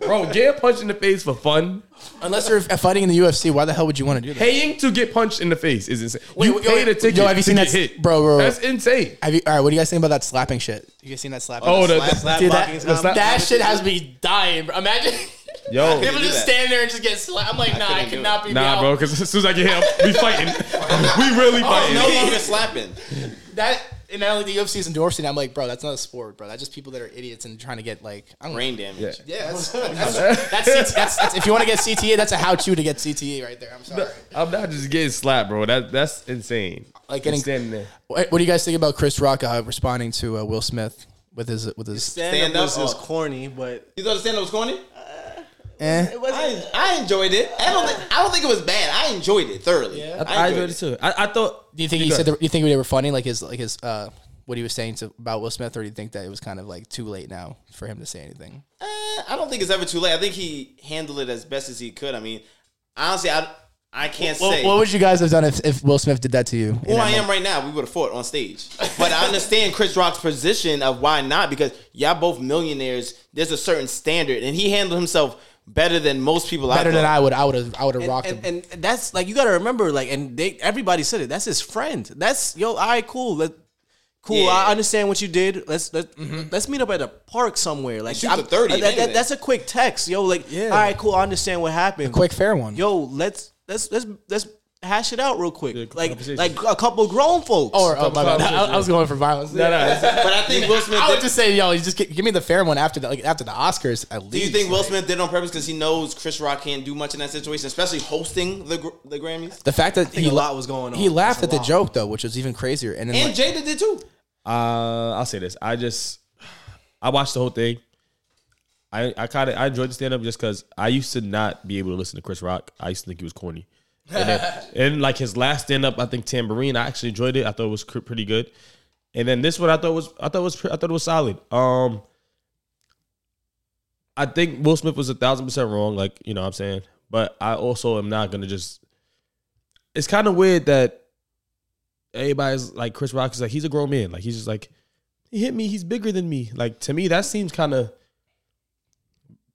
Bro, getting punched in the face for fun,
Unless you're fighting in the UFC, why the hell would you want to do that?
paying to get punched in the face is insane. you
wait,
paid
yo,
a ticket.
yo, have you
to
seen
get
that-
hit.
bro, bro, bro.
That's insane.
Have you, all right, what do you guys think about that slapping shit? You guys seen that slapping?
Oh, the,
slap,
the-
slap,
dude,
that-
that,
the slap-
that shit has me dying. Bro. Imagine
yo,
People do that.
standing there and just get slapped. I'm like, nah,
couldn't do it.
be
nah,
down.
bro. Because as soon as I get hit, I'm- we fighting. we really
Oh,
fighting.
No longer slapping.
That and not only the UFC's endorsing. it, I'm like, bro, that's not a sport, bro. That's just people that are idiots and trying to get like, I don't know.
Brain damage.
Yeah, that's, that's, that's, CT that's, that's if you want to get CTA, that's a how-to to get CTE right there. I'm sorry.
I'm not just getting slapped, bro. That that's insane.
Like getting-
I'm standing there.
What, what do you guys think about Chris Rock uh, responding to uh, Will Smith with his with his?
Stand,
Stand
up
up
was, was
or-
corny, but
You thought the stand up was corny?
Eh.
I, I enjoyed it. I don't think, I don't think it was bad. I enjoyed it thoroughly. Yeah.
I, I enjoyed it too. I, I thought
Do you think he said? The, you think they were funny, like his like his uh, what he was saying to, about Will Smith, or do you think that it was kind of like too late now for him to say anything?
Uh, I don't think it's ever too late. I think he handled it as best as he could. I mean, honestly, I I can't say.
What, what would you guys have done if, if Will Smith did that to you?
who I am right now, we would have fought on stage. But I understand Chris Rock's position of why not because y'all both millionaires. There's a certain standard, and he handled himself better than most people.
Better
out
than
there.
I would. I would have. I would have rocked him.
and, and that's like you got to remember like and they everybody said it. That's his friend. That's yo. All right, cool. Let, cool.
Yeah. Mm-hmm.
I understand what you did. Let's let let's meet up at a park somewhere. Like
shoot the 30,
that- that-
anything.
that's a quick text, yo. Like all right, cool. I understand what happened.
Quick, fair one.
yo. Let's let's let's let's hash it out real quick. like
conversation.
like a couple grown folks.
or oh my god, I, I was going for violence.
No, no, it's-
But I think Will Smith.
I would
did,
just say, yo, you just get, give me the fair one after the like after the Oscars. At least.
do you think Will Smith did it on purpose because he knows Chris Rock can't do much in that situation, especially hosting the gr- the Grammys?
the fact that he
a lot was going on.
He laughed at
There's a
the
lot.
joke though, which was even crazier. And, then,
And
like,
Jada did too.
Uh, I'll say this. I just I watched the whole thing. I I kind of I enjoyed the stand up just because I used to not be able to listen to Chris Rock. I used to think he was corny. And, then, and like his last stand up, I think Tambourine. I actually enjoyed it. I thought it was cr- pretty good. And then this one, I thought was I thought was pre- I thought it was solid. Um, I think Will Smith was a thousand percent wrong. Like you know what I'm saying, but I also am not gonna just. It's kind of weird that everybody's like Chris Rock is like he's a grown man. Like he's just like he hit me. He's bigger than me. Like to me, that seems kind of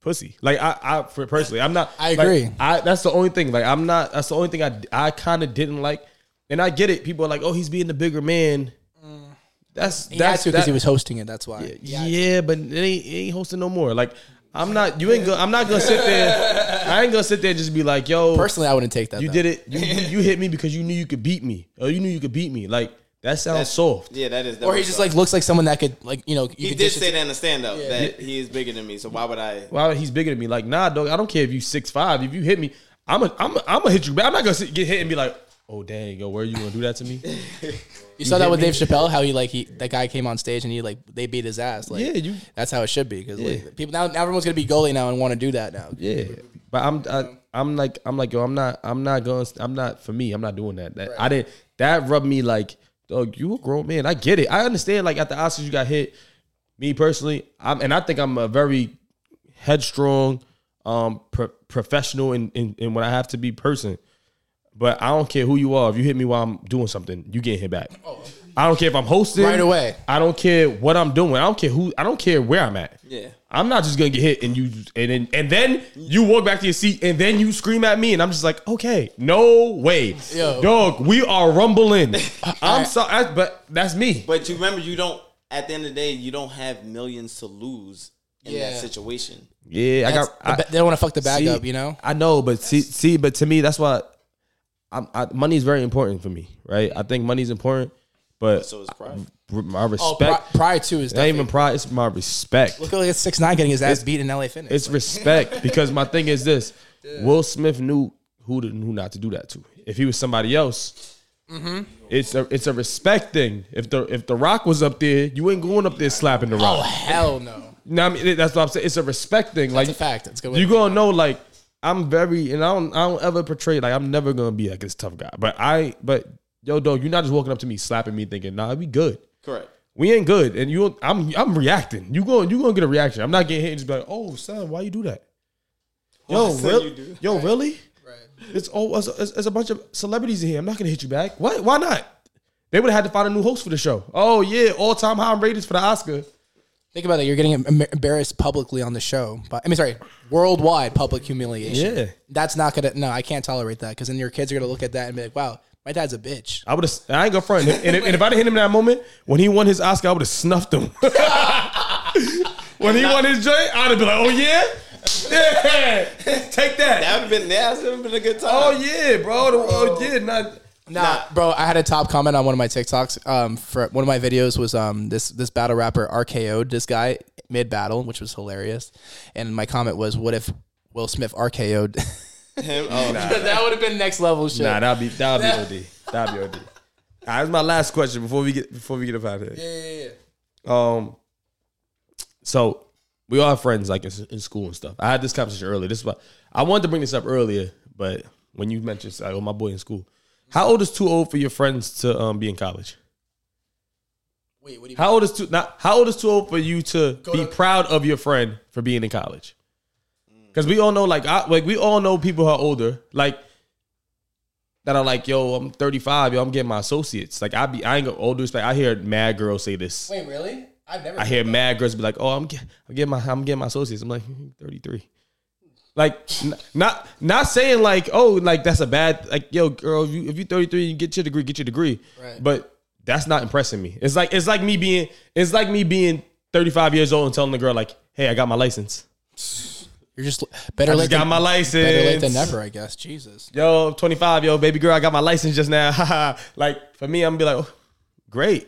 pussy. Like I, I for personally, I'm not.
I
like,
agree.
I that's the only thing. Like I'm not. That's the only thing I I kind of didn't like. And I get it. People are like, oh, he's being the bigger man. That's
he had
that's
to because
that-
he was hosting it. That's why.
yeah, but it ain't, it ain't hosting no more. Like I'm not. You ain't. Go, I'm not gonna sit there. I ain't gonna sit there and just be like, yo,
Personally, I wouldn't take that.
you
though.
did it. You, you you hit me because you knew you could beat me. Or you knew you could beat me. Like that sounds soft.
Yeah, that is. That
Or he
was
just
tough.
like looks like someone that could like you know. You
he
could
did
dish it
say
to-
that in the stand up that he is bigger than me. So why would I?
Wow, he's bigger than me. Like nah, dog. I don't care if you six five. If you hit me, I'm a, I'm a, I'm gonna hit you back. I'm not gonna sit, get hit and be like, oh dang, yo, where you gonna do that to me?
You saw that with Dave Chappelle, how he like he that guy came on stage and he like they beat his ass. Like,
Yeah, you-
That's how it should be because
Yeah.
like, people now, now everyone's gonna be goalie now and want to do that now.
Yeah, but I'm I, I'm like I'm like yo, I'm not I'm not going I'm not for me. I'm not doing that. That I didn't. That rubbed me like, dog, you a grown man. I get it. I understand. Like at the Oscars, you got hit. Me personally, I'm and I think I'm a very headstrong, um, pro- professional and in, in, in what I have to be person. But I don't care who you are. If you hit me while I'm doing something, you getting hit back. I don't care if I'm hosting
Oh. Right away.
I don't care what I'm doing. I don't care who. I don't care where I'm at.
Yeah.
I'm not just gonna get hit and you and then and then you walk back to your seat and then you scream at me and I'm just like, okay, no way,
Yo.
dog, we are rumbling. I'm sorry, I- but that's me.
But you remember, you don't. At the end of the day, you don't have millions to lose in
Yeah.
that situation.
yeah, I
That's-
got. I,
the ba- they don't want to fuck the bag
see,
up, you know.
I know, but see, see, but to me, that's why. I'm, I, money is very important for me, right? I think money is important, but
So it's pride.
my respect.
Oh, pri- prior to is
not
definitely.
even pride. It's my respect.
Look like it's six nine getting his ass beat in LA Fitness.
It's respect because my thing is this: Will Smith knew who to, who not to do that to. If he was somebody else,
Mm-hmm.
It's a it's a respect thing. If the if the Rock was up there, you ain't going up there slapping the
Oh
Rock.
hell no.
No, I mean that's what I'm saying. It's a respect thing.
That's
Like
a fact. That's a good. way
you
to-
gonna know like I'm very and I don't I don't ever portray like I'm never gonna be like this tough guy. But I but yo dog, you're not just walking up to me slapping me thinking nah we good.
Correct.
We ain't good, and you I'm I'm reacting. You going you gonna get a reaction. I'm not getting hit and just be like oh son why you do that. Yo,
son,
real,
you do.
yo, really?
Right.
It's all it's, it's, it's a bunch of celebrities in here. I'm not gonna hit you back. What? Why not? They would have had to find a new host for the show. Oh yeah, all time high ratings for the Oscar.
Think about it. You're getting em- embarrassed publicly on the show. But I mean, sorry, worldwide public humiliation.
Yeah.
That's not gonna. No, I can't tolerate that because then your kids are gonna look at that and be like, "Wow, my dad's a bitch."
I would have. I ain't gonna front. And, if- and if I'd hit him in that moment when he won his Oscar, I would have snuffed him. when he won his joint, I'd have been like, "Oh yeah, yeah, take that."
That would have been that's would have been a good time.
Oh yeah, bro. The- Oh yeah, not.
Nah, bro, I had a top comment on one of my TikToks. Um, for one of my videos was um this this battle rapper RKO'd this guy mid battle, which was hilarious. And my comment was, "What if Will Smith RKO'd?"
Him, oh,
that would have been next level shit.
Nah, that'll be that'll be od. That'll be od. All right, that's my last question before we get before we get up out of here. Um. So we are friends, like in, in school and stuff. I had this conversation earlier. This is why I wanted to bring this up earlier, but when you mentioned, it's like, oh, my boy in school. How old is too old for your friends to um, be in college?
Wait, what do you?
How old is too not, How old is too old for you to be
to-
proud of your friend for being in college? Because we all know, like, I, like we all know people who are older, like that are like, yo, I'm 35, yo, I'm getting my associates. Like, I be, I ain't got older respect. I hear mad girls say this.
Wait, really? I've never.
I hear mad girls be like, "Oh, I'm get, I'm getting my I'm getting my associates." I'm like, "33." Like n- not not saying like, "Oh, like that's a bad like yo girl, if you if you 33 you get your degree, get your degree."
Right.
But that's not impressing me. It's like it's like me being it's like me being 35 years old and telling the girl like, "Hey, I got my license."
You're just better
I
late
just got
than
my license.
better late than never, I guess. Jesus.
Yo, I'm 25, yo, baby girl, I got my license just now. like for me, I'm gonna be like, oh, "Great."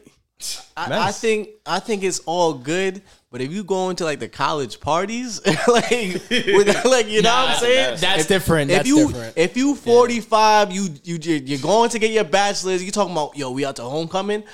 I, I
Nice.
think I think it's all good, but if you go into like the college parties, like with, like you know what I'm saying,
that's-
That's different.
If
That's
you
different.
if you 45, you you you- you're going to get your bachelor's. You talking about yo, we out to homecoming.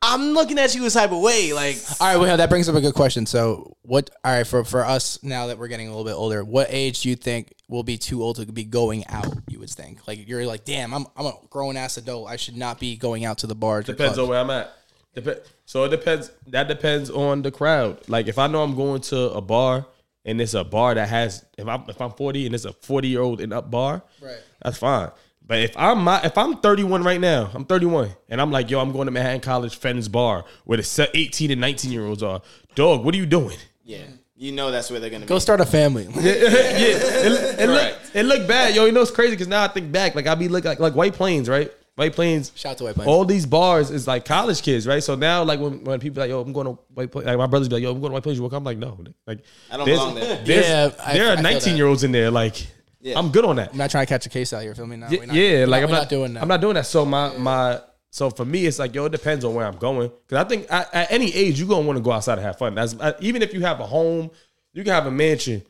I'm looking at you a type of way, like
all right, well, that brings up a good question. So, what? All right, for for us now that we're getting a little bit older, what age do you think will be too old to be going out? You would think, like, you're like, damn, I'm I'm a grown ass adult. I should not be going out to the bars. or
Depends on
clubs."
where I'm at. Dep- so it depends. That depends on the crowd. Like if I know I'm going to a bar and it's a bar that has if I'm if I'm 40 and it's a 40 year old and up bar,
Right.
That's fine. But if I'm my, if I'm 31 right now, I'm 31, and I'm like, yo, I'm going to Manhattan College Fens Bar where the se- 18 and 19 year olds are. Dog, what are you doing?
yeah. You know that's where they're gonna
Go
be.
start a family.
It, it look, it look bad, yo. You know it's crazy because now I think back, like I be looking like, like White Plains, right? White Plains.
Shout out to White Plains.
All these bars is like college kids, right? So now, like when, when people like, yo, I'm going to White Plains, like my brothers be like, yo, I'm going to White Plains. You walk, I'm like, no, like
I don't
there's-
belong there.
there's-
Yeah, I-
there
I
are
feel
19 year olds in there. Like,
Yeah.
I'm good on that.
I'm not trying to catch a case out here. Feel me? No,
Y-
we're not-
yeah,
we're
like I'm
we're
not,
doing that.
I'm not doing that. So my my so for me, it's like yo, it depends on where I'm going because I think I, at any age you're gonna want to go outside and have fun. That's uh, even if you have a home, you can have a mansion.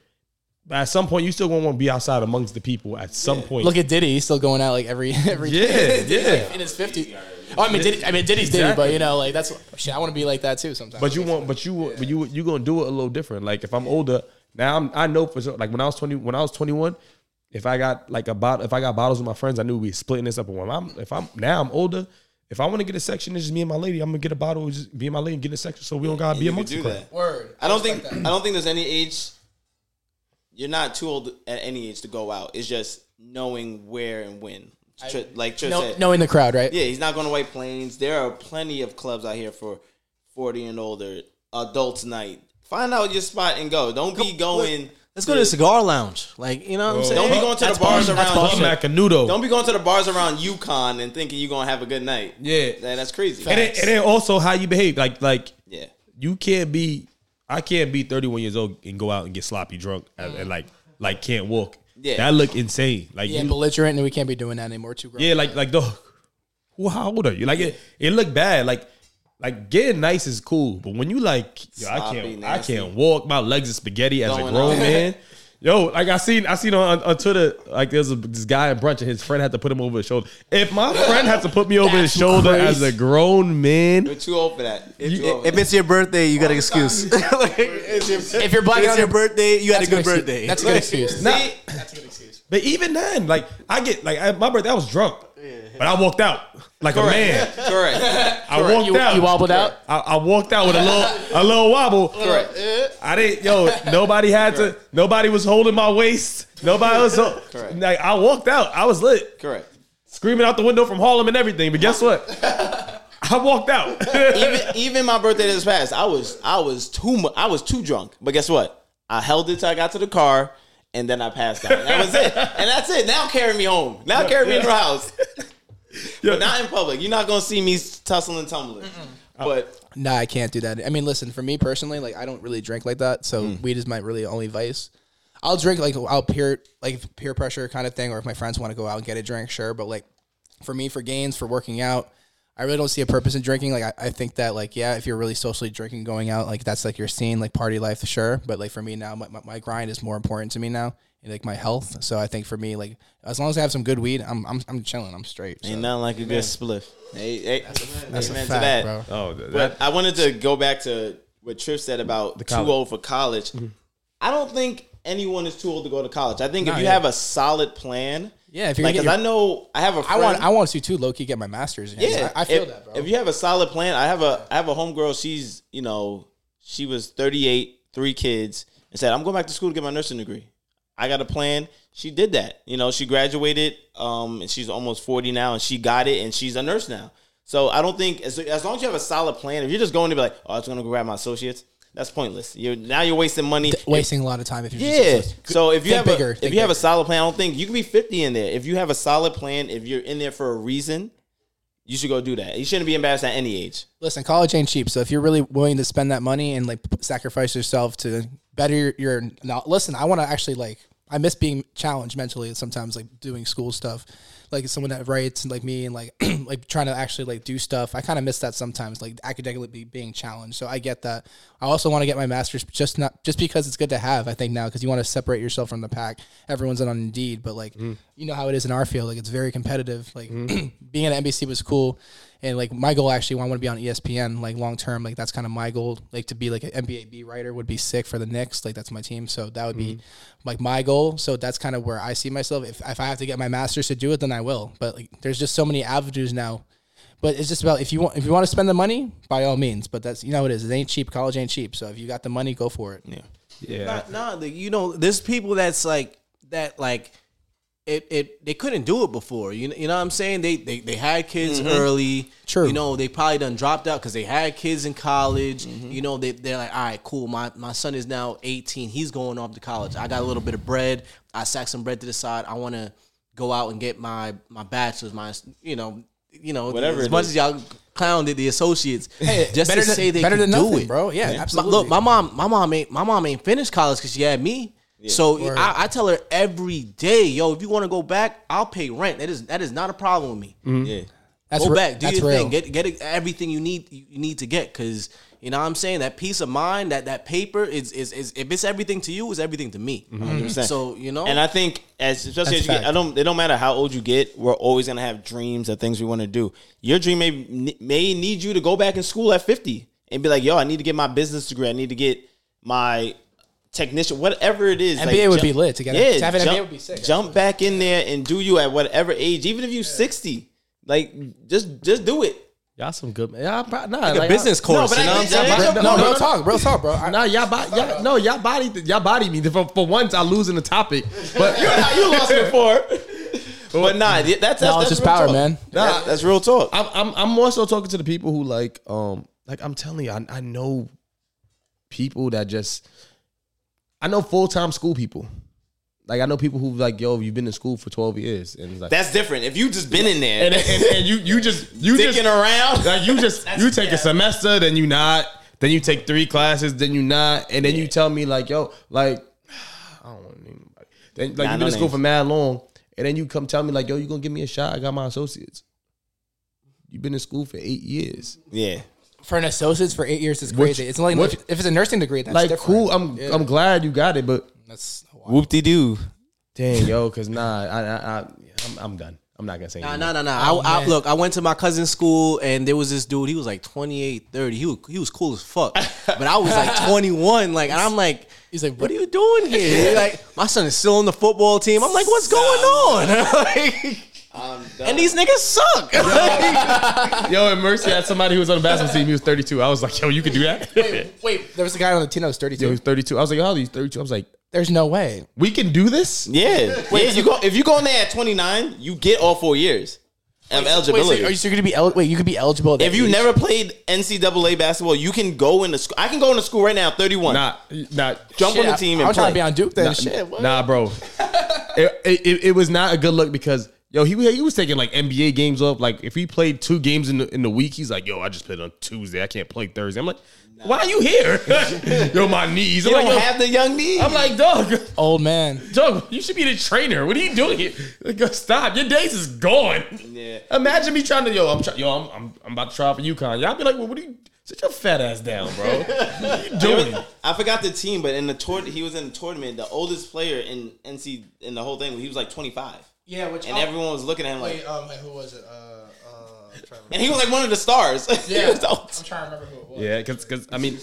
But at some point, you still gonna want to be outside amongst the people. At some point,
Look at Diddy. He's still going out like every every
yeah, yeah.
in his 50s. Oh, I mean, Diddy, I mean, Diddy's Diddy, but
Exactly.
you know, like that's shit. I want to be like that too sometimes.
But you want, but you, but you, you gonna do it a little different. Like if I'm older now, I'm, I know for sure. Like when I was twenty, when I was twenty one, if I got like a bottle, if I got bottles with my friends, I knew we splitting this up. And when I'm, if I'm now, I'm older. If I want to get a section, it's just me and my lady. I'm gonna get a bottle, it's just be in my lady, and get a section, so we don't gotta be
You could
amongst the
do
crowd.
that.
word.
I don't think I don't think there's any age. You're not too old at any age to go out. It's just knowing where and when. Tr- like Trish
No,
said,
knowing the crowd, right?
yeah, he's not going to White Plains. There are plenty of clubs out here for 40 and older adults night. Find out your spot and go. Don't be going.
let's go to the cigar lounge, like you know what I'm saying.
Don't be going to the bars
That's
around.
called Macanudo.
Don't be going to the bars around UConn and thinking you're gonna have a good night.
Yeah.
That- that's crazy.
and then, and then also how you behave. Like like
yeah,
you can't be, I can't be thirty one years old and go out and get sloppy drunk and, and like like can't walk.
Yeah.
that look insane. Like
Yeah,
you,
belligerent, and we can't be doing that anymore. Too grown.
Yeah, like like the who how old are you? Like it it looked bad. Like like getting nice is cool, but when you like yo, I
Sloppy,
can't I
nasty.
can't walk, my legs are spaghetti as a
Going
grown
out.
man. Yo, like I seen, I seen on, on Twitter, like there's a, this guy at brunch and his friend had to put him over his shoulder. If my friend had to put me over his shoulder as a grown man,
You're too old for that. You're too old for
If it's your birthday, you got an excuse. Like, it's your,
If you're blacking
it's
out
your birthday, you had a good birthday.
That's a good excuse.
that.
Nah.
See?
That's a good excuse.
but even then, like I get, like at my birthday, I was drunk, but I walked out like a man.
Correct.
I walked
You,
out.
you wobbled out.
I, I walked out with a little, a little wobble.
Correct.
I didn't, yo, nobody had to, nobody was holding my waist. Nobody was,
Correct.
like, I walked out. I was lit,
Correct.
screaming out the window from Harlem and everything. But guess what? I walked out.
Even even my birthday this past, I was I was too mu- I was too drunk. But guess what? I held it till I got to the car, and then I passed out. That was it, and that's it. Now carry me home. Now carry me in your house.
Yo,
But not in public. You're not gonna see me tussling and tumbling. But
Nah, I can't do that. I mean, listen, for me personally, like I don't really drink like that, so
Mm.
weed is my really only vice. I'll drink like I'll peer like peer pressure kind of thing, or if my friends want to go out and get a drink, sure. But like for me, for gains, for working out, I really don't see a purpose in drinking. Like I, I think that like yeah, if you're really socially drinking, going out, like that's like your scene, like party life, sure. But like for me now, my, my, my grind is more important to me now, and like my health. So I think for me, like as long as I have some good weed, I'm I'm, I'm chilling, I'm straight. So.
ain't nothing like a good spliff. Hey, hey,
That's a
amen to
fact,
that.
bro.
Oh, that,
But I wanted to go back to what Triff said about too
college.
old for college.
Mm-hmm.
I don't think anyone is too old to go to college. I think if you
yeah.
have a solid plan,
Yeah, if you're
like because
gonna get
I
your-
know I have a
I
friend.
want I want to too low key get my masters. you know?
yeah,
I, I feel
if,
that, bro.
If you have a solid plan, I have a I have a homegirl. She's you know she was thirty eight, three kids, and said I'm going back to school to get my nursing degree. I got a plan. She did that. You know, she graduated, um, and she's almost forty now, and she got it, and she's a nurse now. So I don't think as, as long as you have a solid plan, if you're just going to be like, oh, I'm just gonna go grab my associates, that's pointless. You're now you're wasting money.
wasting a lot of time if you're
Yeah.
just
So if you have
Think bigger,
a, if
think
you have
bigger.
a solid plan, I don't think you can be fifty in there. If you have a solid plan, if you're in there for a reason, you should go do that. You shouldn't be embarrassed at any age.
listen, college ain't cheap. So if you're really willing to spend that money and like p- sacrifice yourself to better your, your now, listen, I want to actually like I miss being challenged mentally sometimes, like doing school stuff, like someone that writes and like me and like like trying to actually like do stuff. I kind of miss that sometimes, like academically be- being challenged. So I get that. I also want to get my master's just not just because it's good to have. I think now because you want to separate yourself from the pack. Everyone's on Indeed, but like you know how it is in our field, like it's very competitive. Like being at NBC was cool and like my goal actually, I want to be on E ESPN like long term. Like that's kind of my goal. Like to be like an NBA B writer would be sick for the Knicks. Like that's my team, so that would be
Mm-hmm.
like my goal. So that's kind of where I see myself. If if I have to get my masters to do it, then I will. But like, there's just so many avenues now. But it's just about if you want if you want to spend the money, by all means. But that's you know how it is. It ain't cheap. College ain't cheap. So if you got the money, go for it.
Yeah.
yeah.
No, like, you know, there's people that's like that like it it they couldn't do it before. You know, you know what I'm saying? They they, they had kids early.
Mm-hmm. True.
You know, they probably done dropped out because they had kids in college.
Mm-hmm.
You know, they they're like, all right, cool. My my son is now 18. He's going off to college. I got a little bit of bread. I sack some bread to the side. I want to go out and get my my bachelor's, my you know, you know,
Whatever
As
it
much
is.
as y'all clowned at the associates, just
better
to
than-
say they
better
could
than
do
nothing,
it,
bro. Yeah,
my,
absolutely.
look, my mom, my mom ain't my mom ain't finished college because she had me. So
Word.
I, I tell her every day, yo, if you want to go back, I'll pay rent. That is that is not a problem with me.
Mm-hmm.
Yeah.
Mm. That's
go
re-
back, do
that's
your
real.
thing, get get everything you need you need to get because you know what I'm saying that peace of mind, that that paper is is, is if it's everything to you, it's everything to me. So you know,
Mm-hmm. And I think as especially
Oh. That's
as you get,
fact.
I don't. It don't matter how old you get. We're always gonna have dreams of things we want to do. Your dream may may need you to go back in school at fifty and be like, "Yo, I need to get my business degree. I need to get my technician, whatever it is."
NBA
like,
would
jump-
be lit to get a-
yeah,
to have an NBA
jump,
would be sick,
Jump back in there and do you at whatever age, even if you sixty. Like just just do it.
Y'all some good man. Y'all, pro- nah, like,
a business
y'all-
course.
but
you know
I
what I'm
get that.
saying?
That's
No,
your
no,
point.
real talk, real talk, bro. I,
Nah, y'all body, y'all, no, y'all body, y'all body me for, for once. I losing the topic, but
you lost before. But nah, that's that's,
knowledge
that's
is
real
power,
talk.
man.
That- that's real talk.
I'm, I'm I'm more so talking to the people who like um like I'm telling you I, I know people that just I know full time school people like I know people who like yo you've been in school for twelve years and it's like
That's different. If you just been in there
and, and, and you you just you just
sticking around,
like you just you take a semester then you not then you take three classes then you not and then you tell me like yo like I don't want to name nobody then like
Nah,
you've been
no
in school
names.
for mad long and then you come tell me like yo you gonna give me a shot I got my associates you've been in school for eight years.
yeah.
for an associate's for eight years is crazy. it's only
which-
if it's a nursing degree. That's
like
different.
cool. I'm
Yeah.
I'm glad you got it, but
That's a lot.
Whoop de doo.
dang yo, cause nah, I, I, I I'm, I'm done. I'm not gonna say
Nah,
anymore.
nah, nah, nah. I, I, look, I went to my cousin's school and there was this dude. He was like 28, 30. He was, he was cool as fuck. But I was like 21. Like, and I'm like,
He's like,
what are you doing here? He's like, my son is still on the football team. I'm like, what's going on? Like, and these niggas suck.
Yo, and Mercy had somebody who was on the basketball team. He was 32. I was like, yo, you can do that.
Wait, wait, there was a guy on the team that was
Yo, he
32.
was 32. I was like, how old are you? 32. I was like,
There's no way.
we can do this.
Yeah. yeah, you go if you go in there at 29, you get all four years of eligibility.
Wait, so are you still going to be el- wait? You could be eligible. at that
if you
age?
never played NCAA basketball, you can go into school. I can go into school right now, 31.
Nah, nah.
Jump
Shit,
on the
I-
team
I,
and
was trying to
play.
be on Duke. Then
Nah,
shit. What?
nah, bro. it, it, it was not a good look because yo, he he was taking like NBA games off. Like if he played two games in the in the week, he's like, yo, I just played on Tuesday. I can't play Thursday. I'm like, why are you here? yo, my knees. I'm
You
like,
don't
yo,
have the young knees.
I'm like, dog,
Old man.
dog, you should be the trainer. What are you doing here? Like, yo, stop. Your days is gone.
Yeah.
Imagine me trying to yo, I'm try, yo, I'm, I'm I'm about to try for UConn. Y'all be like, well, what are you? Sit your fat ass down, bro. what are you doing?
I forgot the team, but in the tour, he was in the tournament. The oldest player in NC in the whole thing, he was like 25,
Yeah, which
and everyone was looking at him like,
um, who was it? Uh, uh,
and he was like one of the stars.
yeah,
he was
trying to remember who it was.
Yeah, because because I mean,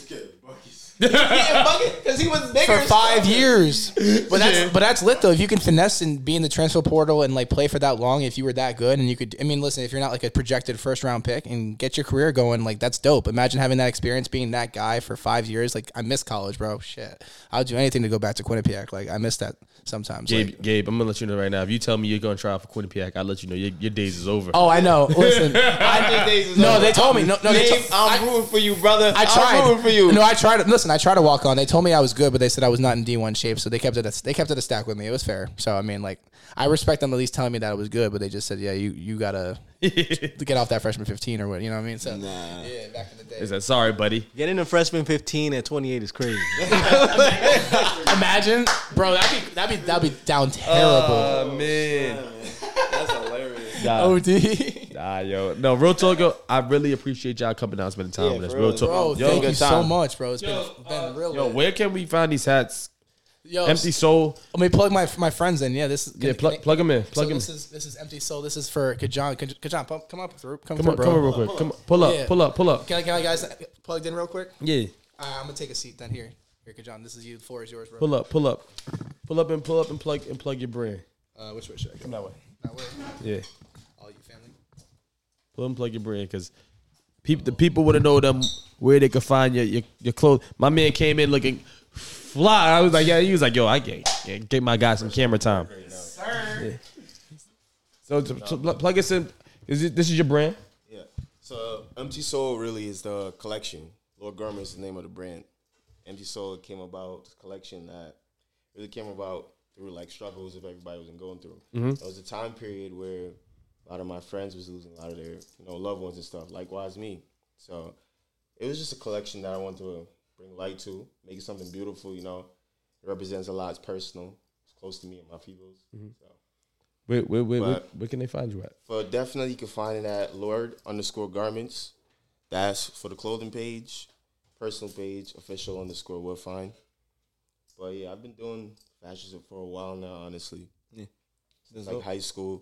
because he was bigger
For
and
five
stronger.
years, but that's
Yeah.
but that's lit though. If you can finesse and be in the transfer portal and like play for that long, if you were that good, and you could, I mean, listen, if you're not like a projected first round pick and get your career going, like that's dope. Imagine having that experience, being that guy for five years. Like I miss college, bro. Shit, I'll do anything to go back to Quinnipiac. Like I miss that sometimes.
Gabe,
Like,
Gabe, I'm gonna let you know right now. If you tell me you're gonna try for Quinnipiac, I'll let you know your, your days is over.
oh, I know. Listen,
I think days is
No,
over.
they told me. No, no, they
Dave,
to-
I'm rooting for you, brother.
I tried.
am rooting for you.
No, I tried. Listen, I tried to walk on. They told me I was good, but they said I was not in D one shape, so they kept it. A, they kept it a stack with me. It was fair. So I mean, like, I respect them at least telling me that I was good, but they just said, yeah, you you gotta get off that freshman fifteen or what. You know what I mean? So yeah, back in the day.
Is that sorry, buddy?
Getting a freshman 15 at 28 is crazy.
Imagine, bro. That'd be that'd be that'd be
Uh,
down terrible.
Oh man,
That's hilarious.
nah,
Od.
nah, yo, no, real talk, yo. I really appreciate y'all coming down, and spending time
Yeah,
with us.
for
Real
real.
talk,
Bro,
yo,
thank you
good
so
time.
much, bro. It's
Yo, uh,
been, been real.
yo,
lit.
where can we find these hats?
Yo,
Empty Soul,
Let me plug my my friends in. Oh, Yeah, this is
yeah, plug, plug them in, plug
so
them.
This is this is empty soul. This is for Kajan. Kajan, come- come up, through- come,
Come
through,
on,
bro.
come on, real quick. Come on, pull up,
Yeah.
pull up, pull up.
Can I, can I guys plugged in real quick?
Yeah,
Uh, I'm gonna take a seat then here. Here, John, this is you. The floor is yours, bro.
pull up, pull up, pull up, and pull up and plug and plug your brain.
Uh, which way should I go?
Come that way.
That way.
Yeah.
All you family.
Pull and plug your brand because the people would have know them where they could find your, your your clothes. My man came in looking fly. I was like, yeah. He was like, yo, I get get, get my guy some camera time. Yeah. So, to, to pl- plug us in. Is it, this is your brand?
Yeah. So uh, Empty Soul really is the collection. Lord Gorman is the name of the brand. Empty Soul came about this collection that really came about through like struggles if everybody was going through. It was a time period where a lot of my friends was losing a lot of their you know loved ones and stuff. Likewise, me. So it was just a collection that I wanted to bring light to, make it something beautiful. You know, it represents a lot. It's personal. It's close to me and my peoples. So.
Where, where, where, where,
Right.
where can they find you at?
For definitely, you can find it at Lord underscore Garments. That's for the clothing page, personal page, official underscore will find. But yeah, I've been doing fashion for a while now. Honestly,
Yeah.
since like high school,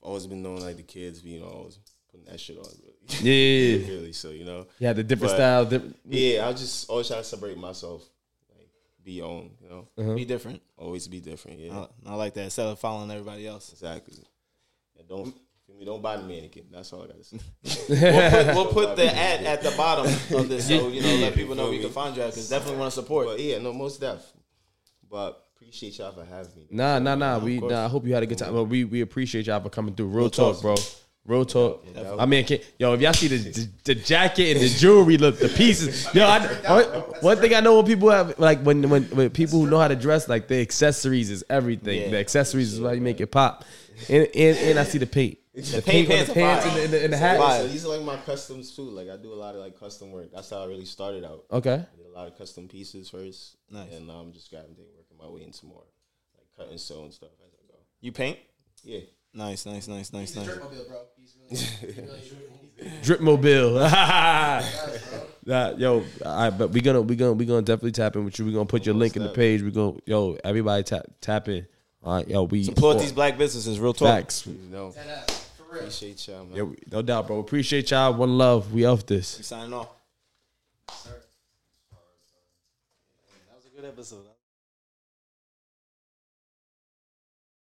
always been knowing like the kids, you know, always putting that shit on. Really,
Yeah, yeah, yeah.
really. So you know,
yeah the different
But-
style. Different,
yeah, I just always try to separate myself, like be on, you know,
Be different.
always be different. Yeah,
I, I like that. Instead of following everybody else,
exactly. And don't. Don't buy the mannequin. That's all I gotta say.
we'll put, we'll put the ad at the bottom of this, so you know, let people know where you can find you at. Because definitely want to support.
But yeah, no, most def. But appreciate y'all for having me.
Nah, nah, nah.
Of
We
course.
nah, I hope you had a good time. But we we appreciate y'all for coming through. Real,
talk.
talk, bro. Real talk.
Yeah, that
I mean, can, yo, if y'all see the, the the jacket and the jewelry, look the pieces. Yo, I, one- one thing I know when people have like when when, when people who know how to dress, like the accessories is everything.
Yeah.
the accessories is why you make it pop. And and, and I see the paint, the,
paint
paint, on
pants
the
are
pants
fire.
and the, and the, and the
Fire.
hat.
So these are like my customs too. Like I do a lot of like custom work. That's how I really started out.
Okay.
I did a lot of custom pieces first.
Nice.
And now I'm just grabbing thing, working my way into more like cut and sew and stuff as I go.
You paint?
Yeah.
Nice, nice, nice, nice, nice.
Dripmobile, bro. He's really, he really
Drip mobile. Nah, yo, I but we gonna we gonna we gonna definitely tap in with you. We gonna put your link in the page. We gonna yo everybody tap tap in. All right, yo, we
Support these black businesses, real talk.
facts.
You know,
Dead ass. For real.
appreciate y'all, man.
Yo, we- no doubt, bro. Appreciate y'all. One love. We off this.
Signing off.
That was a good episode.